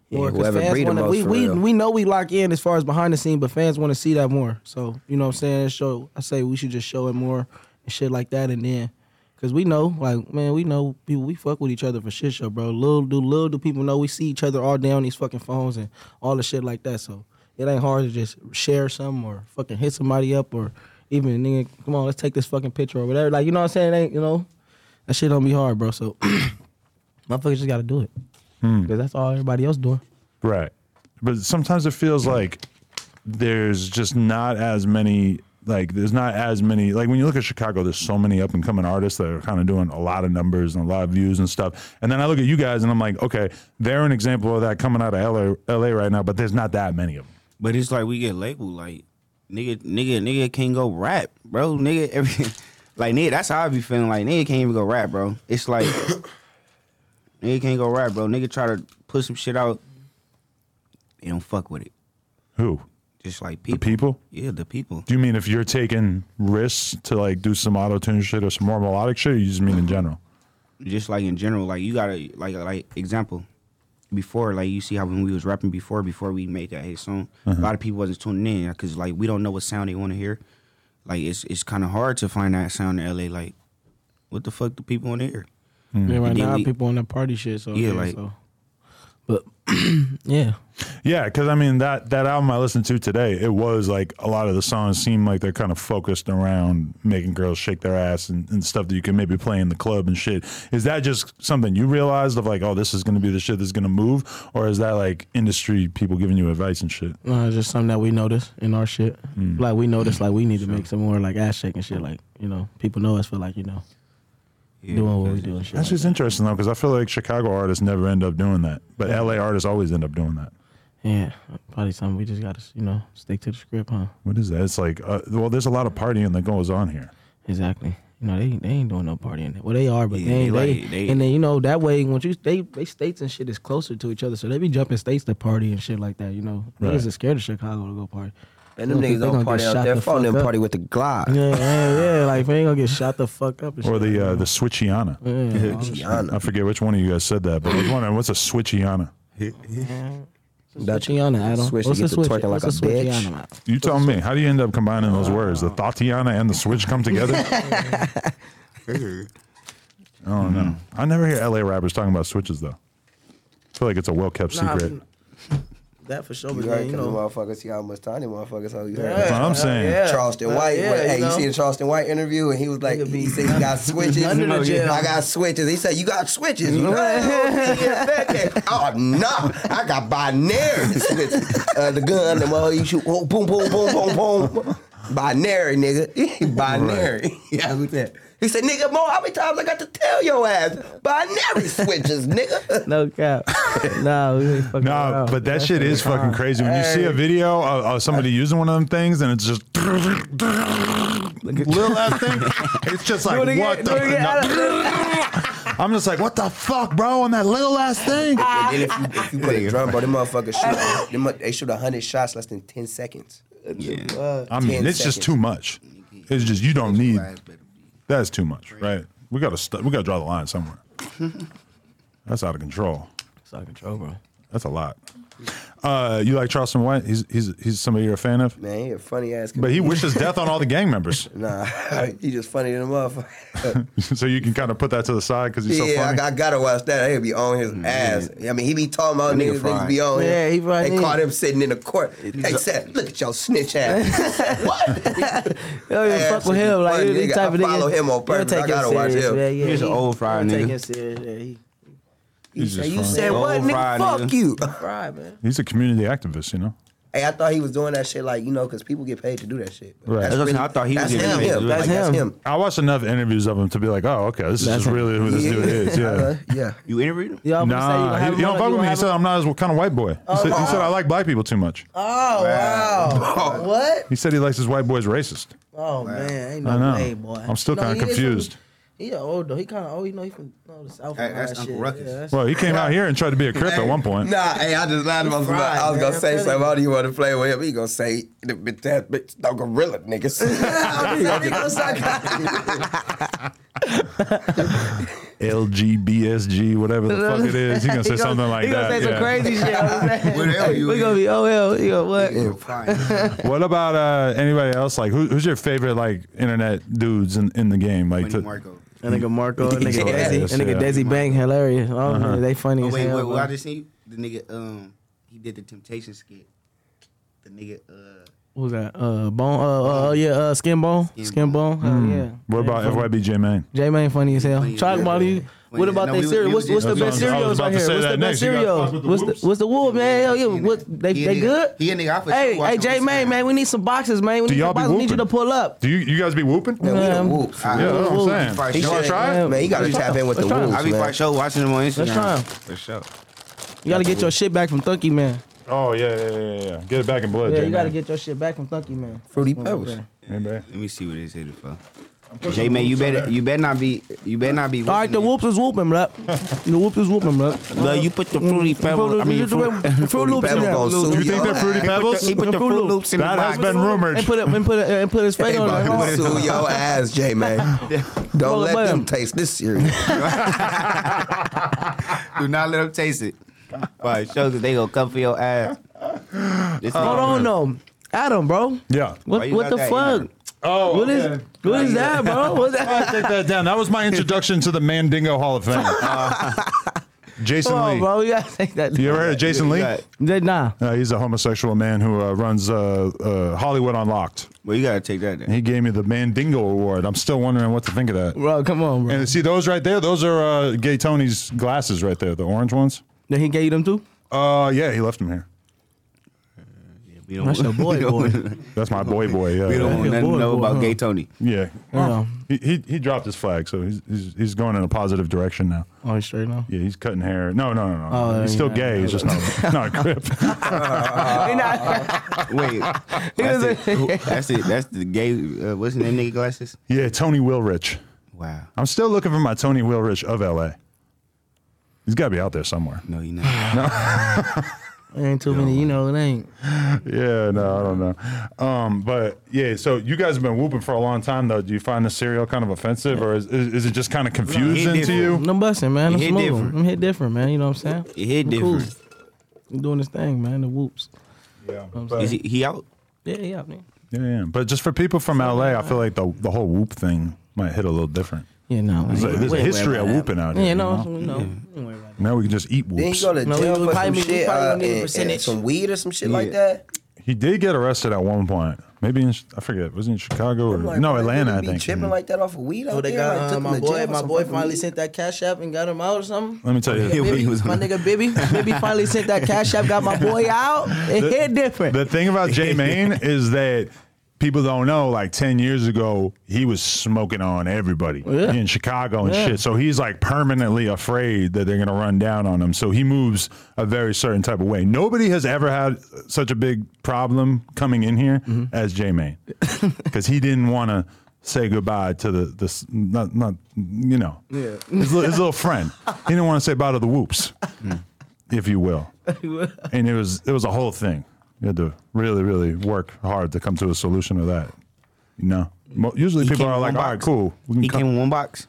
More, 'cause whoever fans breed 'em wanna- most we for we real. we know we lock in as far as behind the scene, but fans want to see that more. So you know what I'm saying. Show I say we should just show it more and shit like that, and then. Cause we know, like man, we know people. We fuck with each other for shit show, bro. Little do little do people know we see each other all day on these fucking phones and all the shit like that. So it ain't hard to just share something or fucking hit somebody up or even nigga, come on, let's take this fucking picture or whatever. Like you know what I'm saying? It ain't you know that shit don't be hard, bro. So *clears throat* motherfuckers just gotta do it Hmm. because that's all everybody else doing. Right. But sometimes it feels like there's just not as many like there's not as many like when you look at Chicago, there's so many up and coming artists that are kind of doing a lot of numbers and a lot of views and stuff. And then I look at you guys and I'm like, okay, they're an example of that coming out of LA, LA right now, but there's not that many of them. But it's like we get labeled like nigga, nigga, nigga can't go rap, bro. Nigga, every *laughs* like nigga, that's how I be feeling. Like nigga can't even go rap, bro. It's like *coughs* nigga can't go rap, bro. Nigga try to put some shit out, they don't fuck with it. Who? Just like The people, people? yeah, the people. Do you mean if you're taking risks to like do some auto tune shit or some more melodic shit, or you just mean in general? Just like in general, like you gotta like like example. Before, like you see how when we was rapping before, before we made that hit song, a Uh-huh. lot of people wasn't tuning in because like we don't know what sound they want to hear. Like it's it's kind of hard to find that sound in LA. Like, what the fuck do people want to hear? Yeah, right Yeah, now we- people on that party shit. So yeah, Yeah, like- so. But *clears throat* Yeah. Yeah, because I mean that that album I listened to today, it was like a lot of the songs seem like they're kind of focused around making girls shake their ass and, and stuff that you can maybe play in the club and shit. Is that just something you realized of like, oh, this is gonna be the shit that's gonna move, or is that like industry people giving you advice and shit? No, it's just something that we notice in our shit. Like we notice, like we need to make some more like ass shaking shit. Like you know, people know us for like you know doing what we do and shit. That's like just interesting though, because I feel like Chicago artists never end up doing that, but LA artists always end up doing that. that. yeah, probably something we just gotta you know stick to the script, huh? What is that? It's like, uh, well, there's a lot of partying that goes on here. Exactly. You know, they they ain't doing no partying. Well, they are, but Yeah, they, ain't, they they, like- they- and then you know that way once you they they states and shit is closer to each other, so they be jumping states to party and shit like that. You know, Right. niggas is scared of Chicago to go party. And them They niggas gonna- they don't gonna party get out shot there. the Phone them fuck up. party with the Glock. Yeah, yeah, yeah. Like, they ain't gonna get shot the fuck up and shit. Or the uh, the switchiana. I forget which one of you guys said that, but I was wondering what's a switchiana? That's- Switchiana, Adam. Switch to What's get to the switch? twerking like What's a the bitch. switchiana? You tell me, how do you end up combining those words? The Tatiana and the switch come together? I don't know. I never hear LA rappers talking about switches though. I feel like it's a well kept Nah, secret. That for sure, You but heard then, you them know, motherfuckers see how much time them motherfuckers hold. You That's heard what I'm saying. Charleston White. yeah, when- you hey, you, know. see the Charleston White interview, and he was like, Nigga be he said you *laughs* got switches. under the jail. I got switches. He said you got switches. *laughs* You know? oh no, I got binary switches. Uh, the gun, the mother, you shoot, oh, boom, boom, boom, boom, boom. Binary, nigga. *laughs* Binary. *laughs* Yeah, who's that? He said, nigga, more how many times I got to tell your ass? Binary switches, *laughs* nigga. no *laughs* cap. nah, we ain't fucking No, around. but that shit is fucking crazy. When you see a video of, of somebody using one of them things and *laughs* it's just little ass thing, it's just like Do it again, what do it again, the. *laughs* I'm just like, what the fuck, bro, on that little ass thing. Ah, And if you, if you put a drum, bro, them motherfuckers shoot, them, mo- they shoot 100 shots less than 10 seconds. I mean, 10 it's just seconds. too much. It's just you don't need. That's too much, right? We gotta st- we gotta draw the line somewhere. *laughs* That's out of control. It's out of control, bro. That's a lot. Uh, you like Charleston White? He's he's he's somebody you're a fan of, Man, he a funny ass. but he wishes death on all the gang members. *laughs* Nah, *laughs* he just funny than a motherfucker. so you can kind of put that to the side because he's so yeah, funny. I, I gotta watch that. He'll be on his Mm, ass. I mean, he be talking about niggas, niggas be on him. Yeah, he right They in. caught him sitting in the court. They said, look at your snitch *laughs* ass. what? Hell, you Yeah, fuck with he's him. Like, funny, you the nigga. type of I nigga. follow him on you purpose. take I gotta watch him. serious, Yeah, yeah, He's an he- old fry you Take nigga. him serious. Yeah, he He He's said, just you funny. said what, Old nigga? fried Fuck nigga. *laughs* you. fry, man. He's a community activist, you know. hey, I thought he was doing that shit like, you know, because people get paid to do that shit. But Right. That's That's what I'm really, saying. I thought he was that's getting him. paid to him. do it. Like, That's that's him. him. I watched enough interviews of him to be like, oh, okay, this is That's just him. really who this dude is. Yeah. Yeah. You interviewed him? Y'all gonna say you Nah, gonna he, have he him don't on- fuck you with me. He have said him- I'm not his kind of white boy. He, said, he said I like black people too much. *laughs* Oh wow! what? He said he likes his white boys racist. Oh man, ain't I no know. way, boy. I'm still No, kinda he is from- confused. He a old though. He kind of old. You know, he from oh, the south. Hey, and all that's that Uncle shit. Ruckus. Yeah, that's- Well, he came out here and tried to be a crip at one point. Nah, hey, I just lied about something. I was fried, gonna man. say I'm something. telling Why do you want to play with him? He gonna say the bitch that bitch no gorilla *laughs* niggas. He gonna *laughs* LGBSG, whatever the fuck it is. He's gonna say *laughs* He something like he gonna that. say yeah. some crazy shit. I'm saying. Where the hell you we is? gonna be OL. You know what? Oh, What about uh, anybody else? Like, who, who's your favorite like internet dudes in, in the game? Like, Money to- Marco. That nigga Marco, that nigga Yeah. Desi, that Yeah. nigga Desi Bang, hilarious. Oh man, they funny Oh, as wait, hell. wait, bro. wait, I just seen you. The nigga, um, he did the Temptation skit. The nigga, uh, What was that? Uh, bone. Uh, uh, yeah. Uh, skin bone. Skin, bone. Hell yeah. what about FYBJ man? J Man funny as hell. Funny as Talk hell. about you. Funny What as- about no, they we- cereal? we What's, was what's the just- best I was cereals about out to here? say What's that the next. best You got fuck cereals? with the What's the Whoops? what's the wool man? Hell yeah. He a nigga. What they He a they nigga. good? He a nigga. I for sure Hey watch hey him J on Man Instagram. man, we need some boxes man. We Do need y'all some be boxes. We need you to whooping? pull up. Do you you guys be whooping? Man, we yeah, the Um, whoops. that's what I'm Fight saying. You wanna shit. try it? Man, you gotta tap in with the Let's try it. whoops, I be man. for sure watching him on Instagram. try him. For sure. You gotta get your shit back from Thunky man. Oh yeah, yeah, yeah, yeah, yeah. Get it back in blood. Yeah, you J-Man. gotta get your shit back from Thunky man. Fruity Pebbles. Maybe. Let me see what it's hitting for. J Man, you better, you better not be, you better not be. All right, the whoops is whooping, bro. The whoops is whooping, bro. No, you put the Mm. fruity pebbles. I mean, fruit, Fruit Loops in there. Pebbles gonna You sue think your they're fruity ass. pebbles? he put the fruit loops in That the has box. been rumored. And put it and put it and put his They face on it. about to sue your ass, J *laughs* man. Don't Roll let the button. them taste this *laughs* cereal. Do not let them taste it. *laughs* Right, show that they gonna come for your ass. Hold This nigga- on, though. Adam, bro. Yeah. Why What you what got the that fuck? in Oh, What is what is that, bro? What's I that? *laughs* take that down. That was my introduction to the Mandingo Hall of Fame. Uh, Jason Come on, Lee. bro. You gotta take that. You ever heard of Jason Lee? got- Nah. Uh, he's a homosexual man who uh, runs uh, uh, Hollywood Unlocked. Well, you gotta take that. And Down. he gave me the Mandingo Award. I'm still wondering what to think of that. Bro, come on, bro. And see those right there? Those are uh, Gay Tony's glasses right there, the orange ones. Then he gave you them too? Uh, yeah, he left them here. We don't That's your want- *laughs* we boy, don't boy. want- That's my boy, boy. Yeah, We don't want your nothing to boy, know boy, about huh? Gay Tony. yeah. Yeah. He, he he dropped his flag, so he's, he's he's going in a positive direction now. Oh, he's straight now. Yeah, he's cutting hair. No, no, no, no. Oh, he's still yeah. gay. He's just not *laughs* not a grip. He not- *laughs* Wait, that's it. *laughs* Who- That's it. That's the gay. Uh, what's his name? Nigga glasses. yeah, Tony Wilrich. Wow. I'm still looking for my Tony Wilrich of L.A. He's got to be out there somewhere. No, you *sighs* not. There ain't too many, you know, it ain't. Yeah, no, I don't know. Um, but yeah, so you guys have been whooping for a long time though. Do you find the serial kind of offensive, or is, is, is it just kind of confusing to you? I'm busting, man. I'm hit smooth. different. I'm hit different, man. You know what I'm saying? It hit I'm cool. different. I'm doing this thing, man. The whoops. Yeah, Is but, he, he out? Yeah, yeah, man. yeah, yeah. But just for people from L.A., I feel like the the whole whoop thing might hit a little different. Yeah, no. There's a, man. there's a Wait, history wait, of wait. whooping out here. Yeah, you know? no, no. Don't worry about it. Now we can just eat Then whoops. you go to No, jail we for some probably- we shit, probably uh, don't need a and, and percentage. some weed or some shit like Yeah. that. He did get arrested at one point. Maybe in, I forget. Was he in Chicago or I'm like, no bro, they Atlanta? really I be think. Mm. Tripping like that off of weed out Oh, they there. got like, uh, took my them to boy. jail for My some boy fucking finally weed. sent that cash app and got him out or something. Let me tell you. *laughs* Yeah, Bibby, he was my on- nigga Bibby, Bibby finally sent that cash app, got my boy out. It hit different. The thing *laughs* about J Main is that people don't know, like 10 years ago, he was smoking on everybody Yeah. in Chicago and Yeah. shit. So he's like permanently afraid that they're going to run down on him. So he moves a very certain type of way. Nobody has ever had such a big problem coming in here Mm-hmm. as J *laughs* Main because he didn't want to. Say goodbye to the this not not you know yeah. his, li- his little friend. He didn't want to say bye to the *laughs* whoops, if you will and it was it was a whole thing. You had to really really work hard to come to a solution to that. You know, Mo- usually He people came are in like, one "All right, box. cool." we can He come- came in one box.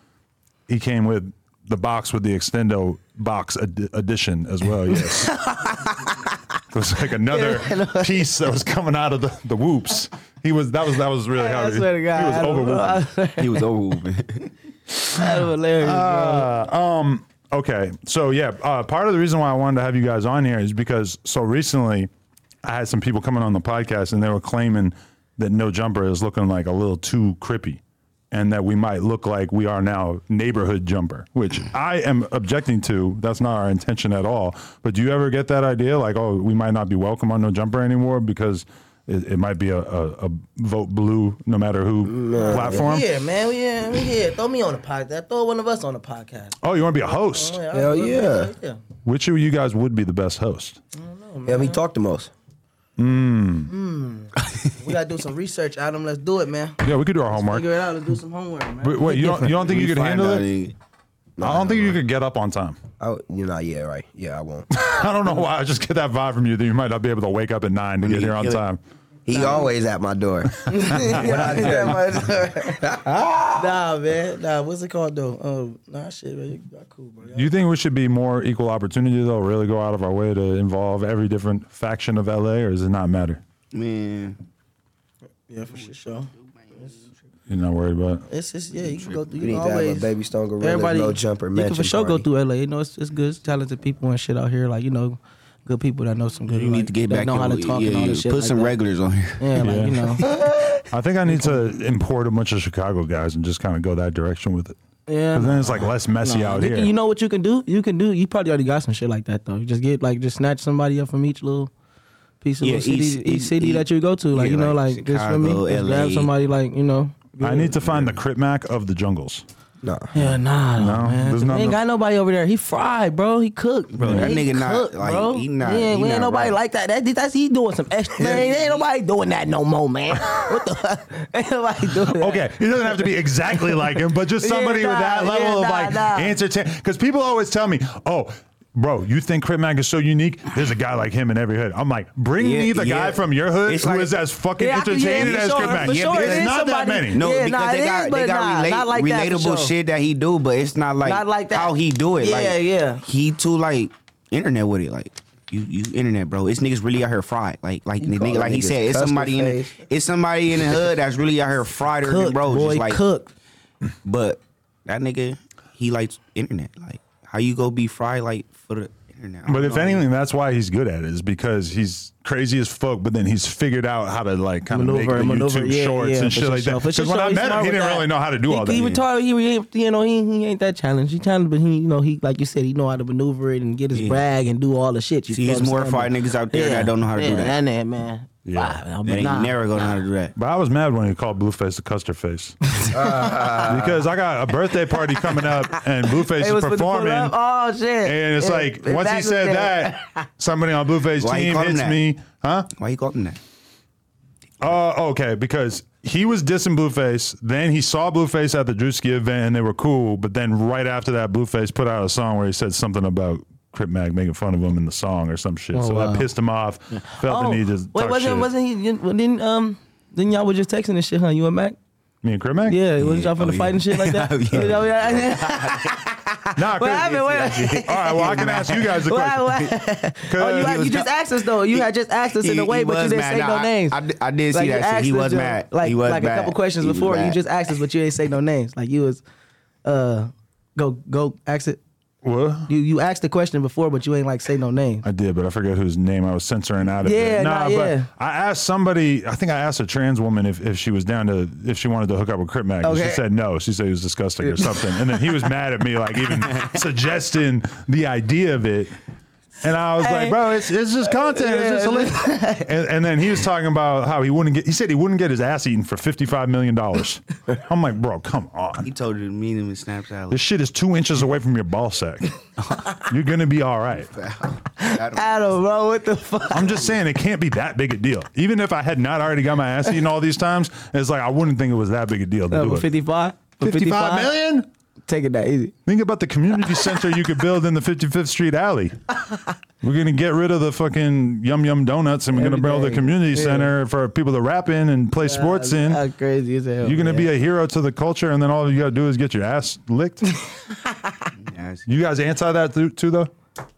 he came with the box with the extendo box ad- edition as well. *laughs* Yes, it was like another piece that was coming out of the, the whoops. He was that was that was really I hard. swear to God, he was I don't know. overwhelmed. *laughs* He was over. man. *laughs* That was *laughs* hilarious, bro. Okay, so yeah, uh, part of the reason why I wanted to have you guys on here is because so recently, I had some people coming on the podcast and they were claiming that No Jumper is looking like a little too crippy, and that we might look like we are now Neighborhood Jumper, which I am objecting to. That's not our intention at all. But do you ever get that idea, like, oh, we might not be welcome on No Jumper anymore because it, it might be a, a, a vote blue, no matter who platform? Yeah, man. We yeah, we here. Throw me on the podcast. Throw one of us on the podcast. Oh, you want to be a host? Yeah, Hell I- yeah. yeah. Which of you guys would be the best host? Yeah, uh, he talked the most. We gotta do some research, Adam. Let's do it, man. Yeah, we could do our homework. Figure it out. Let's do some homework, man. Wait, wait, you don't, you don't think you We could find handle out it? he- I don't think you could get up on time. I, would- you know, yeah, right. Yeah, I won't. I don't know why. I just get that vibe from you that you might not be able to wake up at nine to get here on kill it. time. He always at my *laughs* door. *laughs* nah, man. Nah, what's it called though? Um, nah, shit, man. You got cool, bro. You think we should be more equal opportunity though? Really go out of our way to involve every different faction of LA, or does it not matter? Man, Yeah, for sure. You're not worried about it. It's just yeah, you can go through. You You need can to have a always baby stone gorilla, everybody no jumper, You can mansion for sure go party. through LA. You know, it's it's good, it's talented people and shit out here. Like you know, good people that know some good. you like, need to get that back. Know how to in- talk yeah, and all yeah. this shit. Put like some that. regulars on here. Yeah, like you *laughs* know. I think I need to import a bunch of Chicago guys and just kind of go that direction with it. Yeah. 'Cause then it's like less messy Nah, out you here. can- You know what you can do? You can do. You probably already got some shit like that though. You just get like just snatch somebody up from each little piece of Yeah, little city, each- each, each- city that you go to. Like yeah, you know, like like just for me, Chicago, just grab LA. somebody like you know. I need to find the Critmac of the jungles. No. Yeah, nah, No, no, man. there's not we ain't no- got nobody over there. He fried, bro. He cooked, bro. that He nigga not- cooked, like, bro. he not- Yeah, he we not ain't nobody right. like that. That that's he doing some extra. man, ain't nobody doing that no more, man. *laughs* What the? fuck? ain't nobody doing that. Okay, he doesn't have to be exactly like him, but *laughs* just somebody Yeah, with that nah, level yeah, of nah, like nah. answer to. Because people always tell me, "Oh, bro, you think Crit Mac is so unique? There's a guy like him in every hood." I'm like, bring Yeah, me the guy yeah. from your hood who is It's like- as fucking Yeah, I can- yeah, entertaining for as sure, Crit Mac. for Yeah, sure, There's it is not that somebody- many. No, Yeah, because nah, they it got is, they but got nah, relate- not like that for sure. relatable shit that he do, but it's not like, Not like that. how he do it. Yeah, like, yeah. He too like internet with it, like. You, you internet bro, it's niggas really out here fried. Like like the call nigga, them like he niggas said, it's custard somebody in the, face. it's somebody in the hood that's really out here fried than cooked, bro. boy, just like cooked. But that nigga, he likes internet. Like How you go be fried like for the internet? I But don't if know. anything, that's why he's good at it is because he's crazy as fuck. But then he's figured out how to like kind of make the Maneuver, maneuver, YouTube yeah, shorts yeah, and for shit like sure. that. For Because sure, when I he's met smart him, he with didn't that. really know how to do he, all He that. retired. He, he you know he, he ain't that challenged. He challenged, but he you know he like you said he know how to maneuver it and get his Yeah. brag and do all the shit. You See, feel it's what I'm more saying? fight niggas out there that don't know how to yeah, do that. That man, man. Yeah. Wow, They but ain't nah. never gonna know how to do that. But I was mad when he called Blueface the custard *laughs* face because I got a birthday party coming up and Blueface They is was supposed to pull performing. up. Oh shit! And it's Yeah, like once he exactly said *laughs* that, somebody on Blueface Why he team call him hits that? me, huh? Why you got him that? Oh, okay. Because he was dissing Blueface. Then he saw Blueface at the Drewski event and they were cool. But then right after that, Blueface put out a song where he said something about Crip Mag making fun of him in the song or some shit. so that pissed him off. Felt Oh, the need to wait, talk wasn't shit. wasn't he? you- well, Didn't um. Then y'all were just texting and shit, huh? You and Mac? me and Crip Mag? Yeah, wasn't y'all Yeah, finna *laughs* oh, fight and shit like that? yeah. You know, yeah. *laughs* Nah, What Crip- happened? What- All right, well, I can ask you *laughs* guys the what question. happened? Cause- Oh, *laughs* you, He had- was you just not- asked us though. You had just asked us in a he- way, he but you was didn't mad. say No, no I- names. I did- I did see Like, you that shit. asked He us, was uh, mad. He Like, was like a couple mad. questions He was before, you mad. just asked us, but you didn't say no names. Like you was, uh, go go ask it. What? You you asked the question before, but you ain't like say no names. I did, but I forget whose name I was censoring out of Yeah, it. nah, yeah. but I asked somebody, I think I asked a trans woman if, if she was down to, if she wanted to hook up with Crip Mag. and She Okay. said no. She said it was disgusting or something. And then he *laughs* was mad at me, like even suggesting the idea of it. And I was like, bro, it's, it's just content. it's just a li-" and, and then he was talking about how he wouldn't get, he said he wouldn't get his ass eaten for $55 million. I'm like, bro, come on. He told you to meet him in Snapchat. This shit is two inches away from your ball sack. You're going to be all right. Adam, bro, what the fuck? I'm just saying it can't be that big a deal. Even if I had not already got my ass eaten all these times, it's like I wouldn't think it was that big a deal to do Uh, it. Fifty five. 55 million? Take it that easy. Think about the community center you could build in the 55th Street alley. We're going to get rid of the fucking Yum Yum Donuts and we're going to build a Everything. community Yeah. center for people to rap in and play sports in. How crazy is hell. You're going to be man. a hero to the culture and then all you got to do is get your ass *laughs* licked. Yes. you guys anti that too, too though?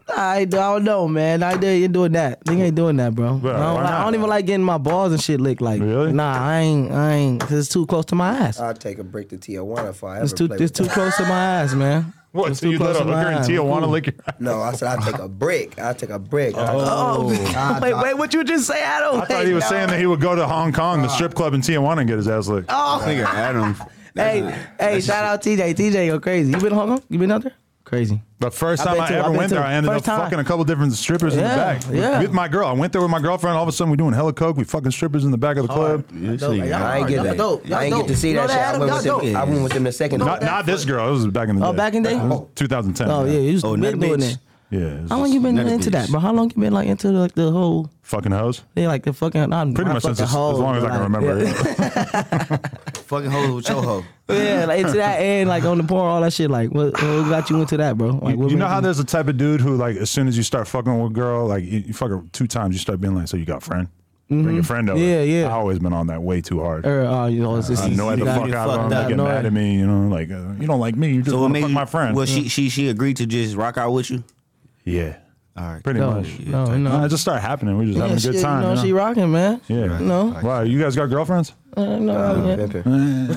I, I don't know, man. I did ain't doing that. Nigga ain't doing that, bro. Bro, I, don't, why like- I not? don't even like getting my balls and shit licked. Like, Really? nah, I ain't. I ain't. Cause it's too close to my ass. I'll take a break to Tijuana if I ever It's too. play It's with too them. close to my *laughs* ass, man. What? It's So you let a to my hooker in eyes. Tijuana Cool. lick your No, I said I'll take a break. I'll take a break. Oh. Oh, *laughs* wait, wait, what you just say? I don't. I thought he was saying *laughs* that he would go to Hong Kong, the strip club in Tijuana, and get his ass licked. Nigga, *laughs* Adam. Oh, Hey, hey, shout out TJ. TJ go crazy. You been to Hong Kong? You been out there? Crazy. The first I've time been I too, I've ever been went there, too. I ended First up time. fucking a couple different strippers in the Yeah, back with, yeah. with my girl. I went there with my girlfriend. All of a sudden, we doing hella coke. We fucking strippers in the back of the club. Oh, I ain't get that. I ain't get to see You know that shit. I Adam? went, Y'all with them, dope. I went with them the second Not, time. not this girl. It was back in the day. Oh, back in the day? It was 2010. Oh yeah, you was Oh, another been doing bitch. that. yeah. it was How long you been Another into bitch. that, bro? How long you been like into like the whole? fucking hoes? They like the fucking. Not, Pretty not much since fucking as, as hoes, long as I can but, like, *laughs* remember. *laughs* Yeah, Fucking hoes with your hoe. *laughs* yeah, like into that and like on the porn, all that shit. Like, what, what got you into that, bro? Like, what You know made how there's a type of dude who, like, as soon as you start fucking with a girl, like, you, you fuck her two times, you start being like, so you got a friend? Bring your friend over. Mm-hmm. Yeah, yeah. i always been on that way too hard. Or, uh, you know, it's just I know you the got- fuck you out of them. fucked They up. get No. mad at me, you know, like, uh, you don't like me. You just *laughs* So what want to made fuck you- my friend. Mm. Well, she she she agreed to just rock out with you. yeah. All right. Pretty No, much. no, no. Nah, it just started happening. We just having a shit, good time. You know, she you know? rocking, man. yeah. No. Wow, you guys got girlfriends? Uh, no, yeah.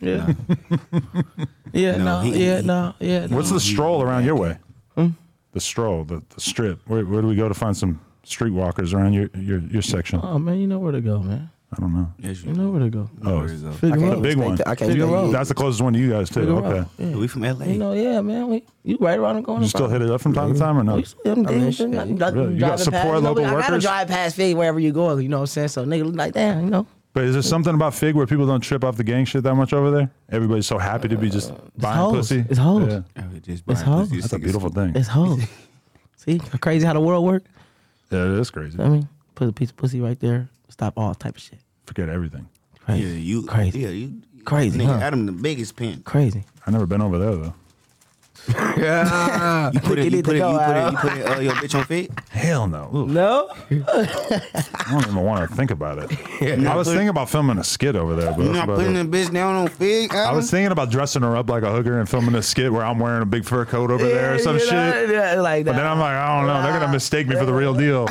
Yeah. *laughs* yeah, no, he- yeah, he- no, yeah. No. What's the stroll around your way? Hmm? The stroll, the, the strip. Where, where do we go to find some streetwalkers around your, your, your section? Oh man, you know where to go, man. I don't know. Yes, You know where to go. Oh, Figure I out. the big one. I can't Figure take out. you. That's the closest one to you guys, too. Figure out. Okay. Yeah. We from LA. You know, yeah, man. We, you right around the corner. Oh, You still hit it up from time to time or no? You still them mean, damn shit. things, nothing- nothing Really? You gotta driving support past, local I gotta workers? drive past Philly wherever you go. You know what I'm saying? So nigga, look like damn, you know. But is there something about Fig where people don't trip off the gang shit that much over there? Everybody's so happy to be just buying hoes. pussy. It's hoes. Yeah. Just That's buying how- pussy. That's a beautiful thing. It's *laughs* whole. See, crazy how the world work. Yeah, it is crazy. I mean, put a piece of pussy right there. Stop all type of shit. Forget everything. Crazy. Yeah, you Crazy. Yeah, you Crazy, Nigga, huh? Adam the biggest *laughs* pimp. Crazy. i never been over there, though. You put you it. You need to put it. You go, put it. Adam. You put it. Uh, your bitch on feet. Hell no. Ooh. No. I don't even want to think about *laughs* it. I was thinking about filming a skit over there, but You that's not about putting it. the bitch down on feet. I was thinking about dressing her up like a hooker and filming a skit where I'm wearing a big fur coat over there or some shit. Yeah, like But that. then I'm like, I don't know. They're gonna mistake me for the real deal.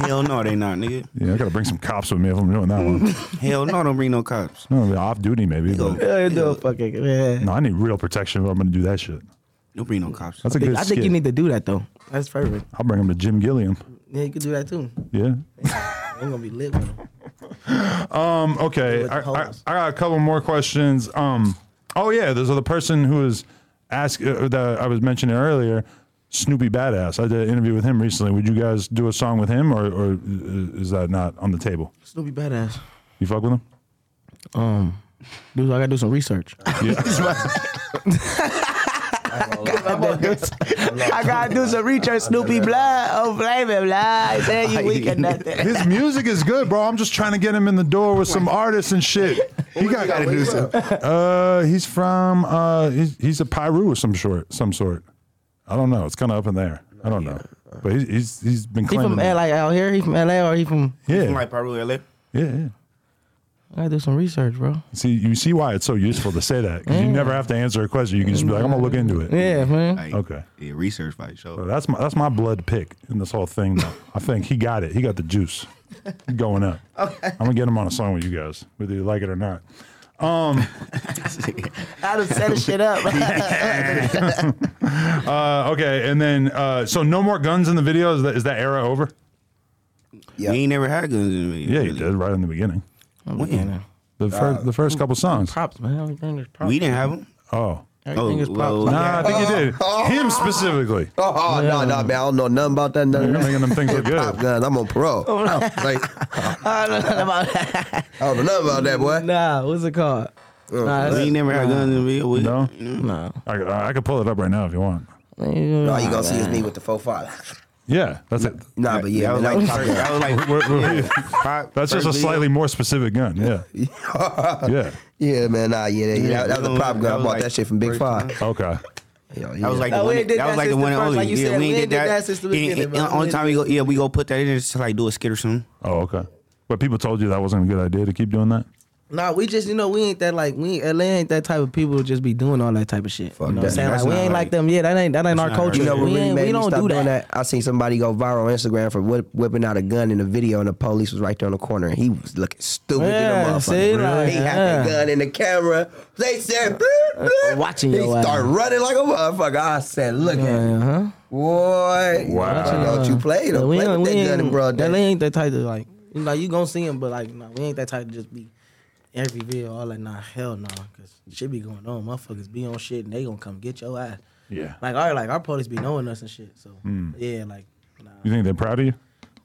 Hell no, they not, nigga. Yeah, I gotta bring some cops with me if I'm doing that *laughs* one. Hell no, don't bring no cops. No, I'll be off duty maybe. Go. But Yeah, you do a fucking yeah. no, I need real protection if I'm gonna do that shit. Don't bring no cops. That's a I good think, I think you skit. need to do that though. That's perfect. I'll bring him to Jim Gilliam. Yeah, you could do that too. Yeah. I'm gonna be lit with them. Um, okay. with I, I, holes. I got a couple more questions. Um, oh yeah, there's the person who was ask uh, that I was mentioning earlier, Snoopy Badass. I did an interview with him recently. Would you guys do a song with him, or, or is that not on the table? Snoopy badass. You fuck with him? Um, dude, I gotta do some *laughs* research. I gotta do some research. Snoopy blah, oh flaming blah. I said you *laughs* weak or nothing. His music is good, bro. I'm just trying to get him in the door with some artists and shit. He got, gotta do something. Uh, he's from uh, he's, he's a Piru of some sort, some sort. I don't know. It's kind of up in there. I don't know, but he's he's, he's been He claiming. from LA out here. He from LA or he from? Yeah, Like probably LA. yeah, yeah. I gotta do some research, bro. See, you see why it's so useful to say that because you never have to answer a question. You can just be like, "I'm gonna look into it." Yeah, man. Like, Okay. Yeah, research by show. So that's my that's my blood pick in this whole thing. Though I think he got it. He got the juice going up. Okay. I'm gonna get him on a song with you guys, whether you like it or not. Um, I done set the shit *laughs* up. Uh, okay, and then uh, so no more guns in the video. Is that is that era over? We ain't never had guns in the video. Yeah, he really. did right in the beginning. I'm looking at The first the first couple songs. props, man. Everything is props. We didn't have them. Oh. Everything is Oh, props. *laughs* well, man. Nah, I think you did. *laughs* Him specifically. Oh, oh, no, no, man. I don't know nothing about that. Nothing. You're making them things *laughs* look Pop good. gun. I'm on parole. Like, I don't know about that. I don't know nothing about that, boy. Oh, Nah, what's it called? Nah, We that's- ain't never had guns in the video. We, No? nah. I, I could pull it up right now if you want. All you gonna see is me with the four five. *laughs* Yeah, that's it. Nah, but yeah, That was man, I like, was talking *laughs* that was like We're- we're- five- That's just a first video. slightly more specific gun. *laughs* Yeah. yeah. Yeah, man, nah, yeah, that, yeah, that, that was we a pop gun. don't- that I was bought like that shit from Big first Five. Okay. Yo, That yeah. was like No, the we one. ain't did that that was like the since one the and first, only. like you yeah, said, we ain't did that. since the And- and beginning, bro. only We time we go, yeah, we go put that in there just to like do a skit or something. Oh, okay. But people told you that wasn't a good idea to keep doing that? Nah, we just you know we ain't that like we ain't, LA ain't that type of people to just be doing all that type of shit. you know what I'm that. saying? That's Like we not ain't right. like them. Yeah, that ain't that ain't our not right. culture. You know what we, really ain't, made we me don't stop do doing that. that? I seen somebody go viral on Instagram for whip, whipping out a gun in a video, and the police was right there on the corner, and he was looking stupid. Yeah, to the motherfucker. see, like, he had the yeah. gun in the camera. They said, "Bleep, bleep." Uh, watching He your ass. started running like a motherfucker. I said, "Look at him, Uh-huh. boy! Wow. you know what you played? Yeah, Don't Uh, we play ain't, with we that gun ain't, in broad LA day." ain't that type to like you know you gonna see him, but like nah, we ain't that type to just be every video all like nah hell no because shit be going on. Motherfuckers be on shit and they gonna come get your ass. Yeah. Like our like our police be knowing us and shit. So yeah, like nah, You think they're proud of you?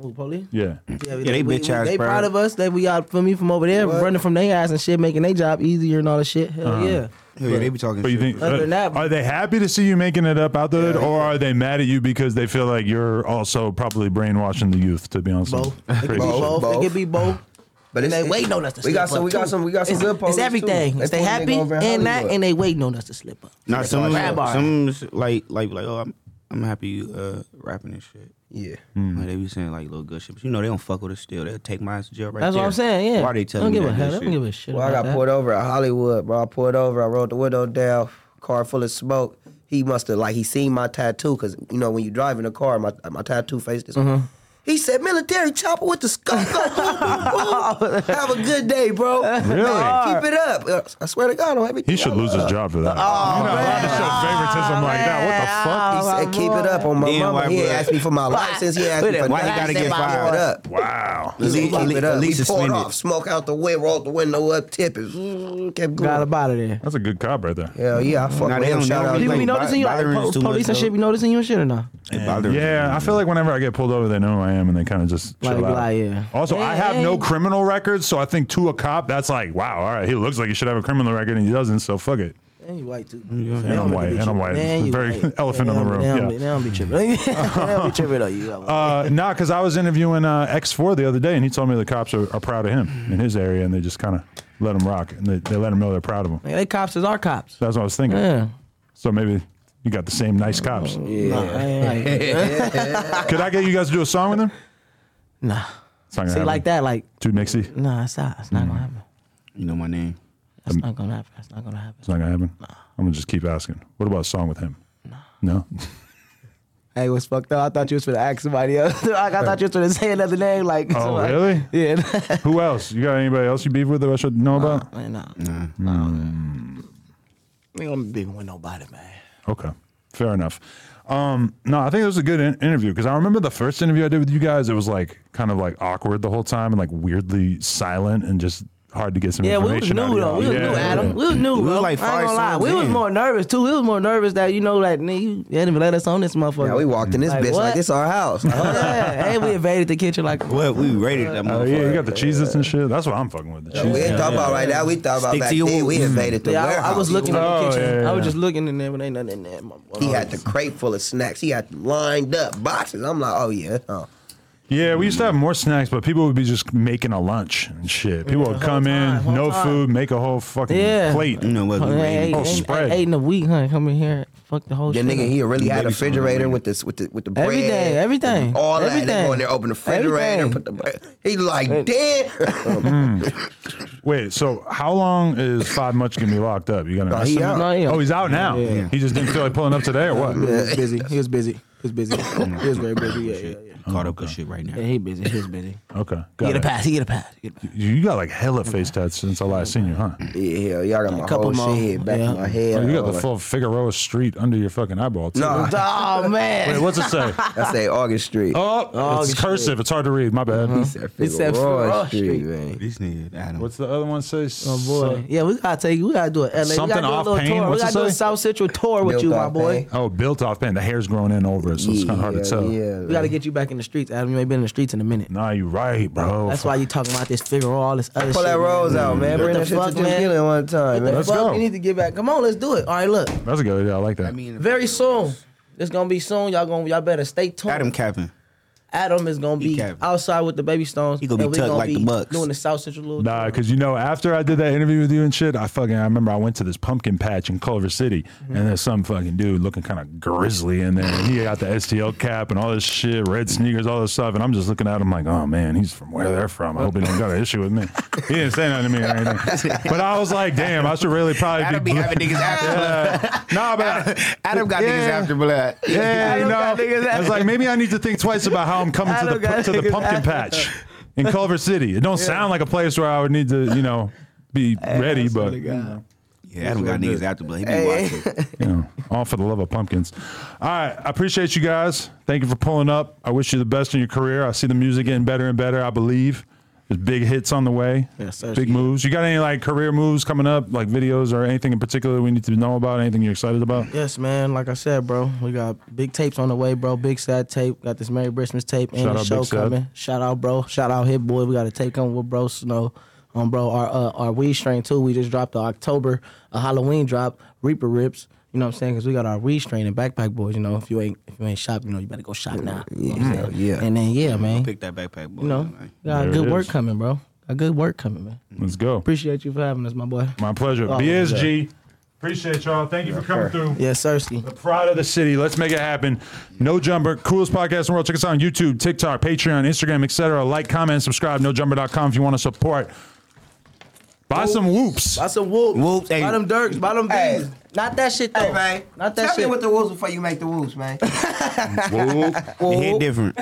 who police? Yeah. Yeah, we- Mm. Yeah, they we- bitch we- ass They proud. proud of us that we out for me from over there, running from their ass and shit, making their job easier and all that shit. Hell Uh-huh. yeah. Yeah, they be talking. But you think Other than that- are they happy to see you making it up out there, or are they mad at you because they feel like you're also probably brainwashing the youth? To be honest, with Both. you? It could be Crazy shit. both. It Both. could be both. But And it's- they it- waiting on us to We slip got up. some. We got too. some. We got some it's, good police It's too. everything. If they put a nigga happy over in and not, Hollywood. and they waiting on us to slip up. Nah, some Grab our- some like like like oh I'm I'm happy you uh rapping and shit. yeah. Mm. Like they be saying like little good shit, but you know they don't fuck with us still. They'll take my ass to jail right That's there. what I'm saying. Yeah. Why they telling don't me give a that hell. They good shit? Don't give a shit. Well, I about got pulled that. over at Hollywood, bro. I pulled over. I rolled the window down. Car full of smoke. He must have like he seen my tattoo because you know when you drive in a car, my my tattoo face this. Mm-hmm. He said, "Military chopper with the scope. have a good day, bro. Really? Nah, keep it up. I swear to God, I don't have anything. He should lose his job for that. Oh, You're not allowed to show favoritism like that. What the fuck? He said, "Keep it up on my Then Oh, why mama." He would- asked me for my license. He asked me for Why he nothing. gotta I get said, fired? "Keep it up." Wow. He said, At keep least- it up. at We least poured suspended. off, smoke out the way, rolled the window up, tip it, kept Got going. up out of there. That's a good cop right there. Hell yeah, I fuck Nah, with they him. Shout don't- they don't out. People like, be noticing you, like bothering po- us too much, police and though. shit be noticing you and shit or not? It bothers me. Yeah, I feel like whenever I get pulled over, they know who I am and they kind of just chill Like, out. like, yeah. Also, I have Hey, no hey. criminal record, so I think to a cop, that's like, wow, all right, he looks like he should have a criminal record and he doesn't, so fuck it. And you white too. And I'm white. And I'm white. Very elephant in the room. They Yeah. don't be- they don't be tripping. *laughs* They don't be tripping on you. Uh, *laughs* nah, because I was interviewing uh, X4 the other day, and he told me the cops are, are proud of him in his area, and they just kind of let him rock, and they, they let him know they're proud of him. Man, They cops is our cops. That's what I was thinking. Yeah. So maybe you got the same nice cops. Nah, I ain't like- Could I get you guys to do a song with him? Nah. It's not gonna See, like happen. that, like, Too mixy. It's nah, it's not, it's not gonna happen. You know my name. That's not gonna happen. That's not gonna happen. not gonna happen. I'm gonna just keep asking. What about a song with him? No. Hey, what's fucked up? I thought you was gonna ask somebody else. *laughs* I thought you was gonna say another name. Like, Oh, somebody- really? Yeah. Who else? You got anybody else you beef with that I should know about? man, nah. Nah. nah. We gonna be with nobody, man. Okay. Fair enough. Um, no, I think it was a good in- interview because I remember the first interview I did with you guys. It was like kind of like awkward the whole time and like weirdly silent and just hard to get some Yeah, we was information. out new of though. We y'all. was Yeah, new, Adam. yeah. We was new. We was bro. like I ain't five gonna lie. songs We was in. more nervous too. We was more nervous that you know, like nigga, you didn't even let us on this motherfucker. Now we walked in this Like, bitch what? Uh-huh. like this our house. yeah, and we invaded the kitchen like Well, we rated that Oh motherfucker. yeah, you got the cheeses and shit. That's what I'm fucking with. The we cheeses. ain't talking about right now. We talking about Stick back to your then. We roots. invaded the *laughs* yeah, I, warehouse. I was looking in Oh, the kitchen. yeah, yeah, I was yeah. just looking in there, but ain't nothing in there. my boy. He had the crate full of snacks. He had lined up boxes. I'm like, oh yeah, *laughs* oh. Yeah, we used to have more snacks, but people would be just making a lunch and shit. People would whole come time, in, whole no time. food, make a whole fucking Yeah. plate. You know what? We Oh, rated. hey, Oh, eight- spread. eight in a week, huh? Come in here, fuck the whole The shit. nigga, he really had a Maybe something refrigerator like with this, with the, with the bread, Everything, everything, all that. They everything. go in there, open the refrigerator, Everything. put the bread. He like, *laughs* damn. Wait, so how long is Five Much gonna be locked up? You got an he estimate? out. No, he out. Oh, he's out now. Yeah. He just didn't feel like pulling up today or he what? was busy. He was busy. He was busy. he was very busy. Yeah, yeah, yeah. Caught up with shit right now. Yeah, he busy. He was busy. Okay, He got get a it. pass. He get a pass. He get a pass. You got like hella face tats since I last seen you, huh? yeah, hell, y'all got my couple whole more. shit back Yeah. in my head. Oh, you got I'm the like, full Figueroa Street under your fucking eyeball too. *laughs* Nah. Oh man. *laughs* Wait, what's it say? I say August Street. Oh, it's shit. cursive. It's hard to read. My bad. It said Figueroa Street. man. This nigga Adam. What's the other one say? Oh boy, yeah, we gotta take, we gotta do a LA, we Something gotta do a off little Payne? tour, What's we it gotta do a say? South Central tour with Built you, my off boy. Payne. Oh, built off pen. The hair's growing in over it, so it's kind of hard to tell. Yeah, We gotta get you back in the streets, Adam. You ain't been in the streets in a minute. Nah, you right, bro. That's why you talking about this figure, all this other Pull shit. that rose out, man. What Bring the that shit to fuck, man? Gillian one time, What man. the Let's fuck? go. We need to get back. Come on, let's do it. All right, look, That's a good idea. I like that. I mean, very soon. It's gonna be soon. Y'all gonna y'all better stay tuned. Adam Capping. Adam is gonna He be capping. outside with the baby stones. He gonna be and we tucked gonna like be the Bucks. doing the South Central little. Nah, tour. because you know, after I did that interview with you and shit, I fucking I remember I went to this pumpkin patch in Culver City, Mm-hmm. and there's some fucking dude looking kind of grizzly in there. And he got the STL cap and all this shit, red Mm-hmm. sneakers, all this stuff, and I'm just looking at him like, oh man, he's from where they're from. I hope he don't got an issue with me. He didn't say nothing to me or *laughs* anything, but I was like, damn, I should really probably Adam be be. having niggas after. Yeah. *laughs* Nah, but Adam got niggas Yeah. after blood. *laughs* Yeah, you Adam know, got niggas I was after- like, maybe I need to think twice about how I'm coming to the Adam got pu- to the niggas pumpkin after- patch in Culver City. It don't sound like a place where I would need to, you know, be ready, but you know, Yeah, Adam got niggas after blood. He be watching. you know, all for the love of pumpkins. All right, I appreciate you guys. Thank you for pulling up. I wish you the best in your career. I see the music getting better and better. I believe. There's big hits on the way. Yes, sir. Big moves. You got any like career moves coming up, like videos or anything in particular we need to know about? Anything you're excited about? Yes, man. Like I said, bro, we got big tapes on the way, bro. Big sad tape. Got this Merry Christmas tape and Shout the out show Big Sad. coming. Shout out, bro. Shout out, Hit Boy. We got a tape coming with Bro Snow. Um, bro, our uh, our weed strain too. We just dropped the October a Halloween drop. Reaper rips. You know what I'm saying? Because we got our weed strain and Backpack Boys. You know, if you ain't if you ain't shop, you know you better go shop now. You know what Yeah, I'm saying? yeah. And then yeah, man. Pick that backpack, boy. You know, man. got There good it work is. coming, bro. Got good work coming, man. Let's go. Appreciate you for having us, my boy. My pleasure. Oh, BSG. Appreciate y'all. Thank you for coming through. Yes, Cersei. The pride of the city. Let's make it happen. No Jumper, coolest podcast in the world. Check us out on YouTube, TikTok, Patreon, Instagram, etc. Like, comment, subscribe. NoJumper.com if you want to support. Buy some whoops. That's a whoop. Whoops, hey. Bottom dirks, bottom Hey. bees. Not that shit though. man. Not that Tell shit. *laughs* me what the wolves before you make the wolves, man. Whoop. It hit different.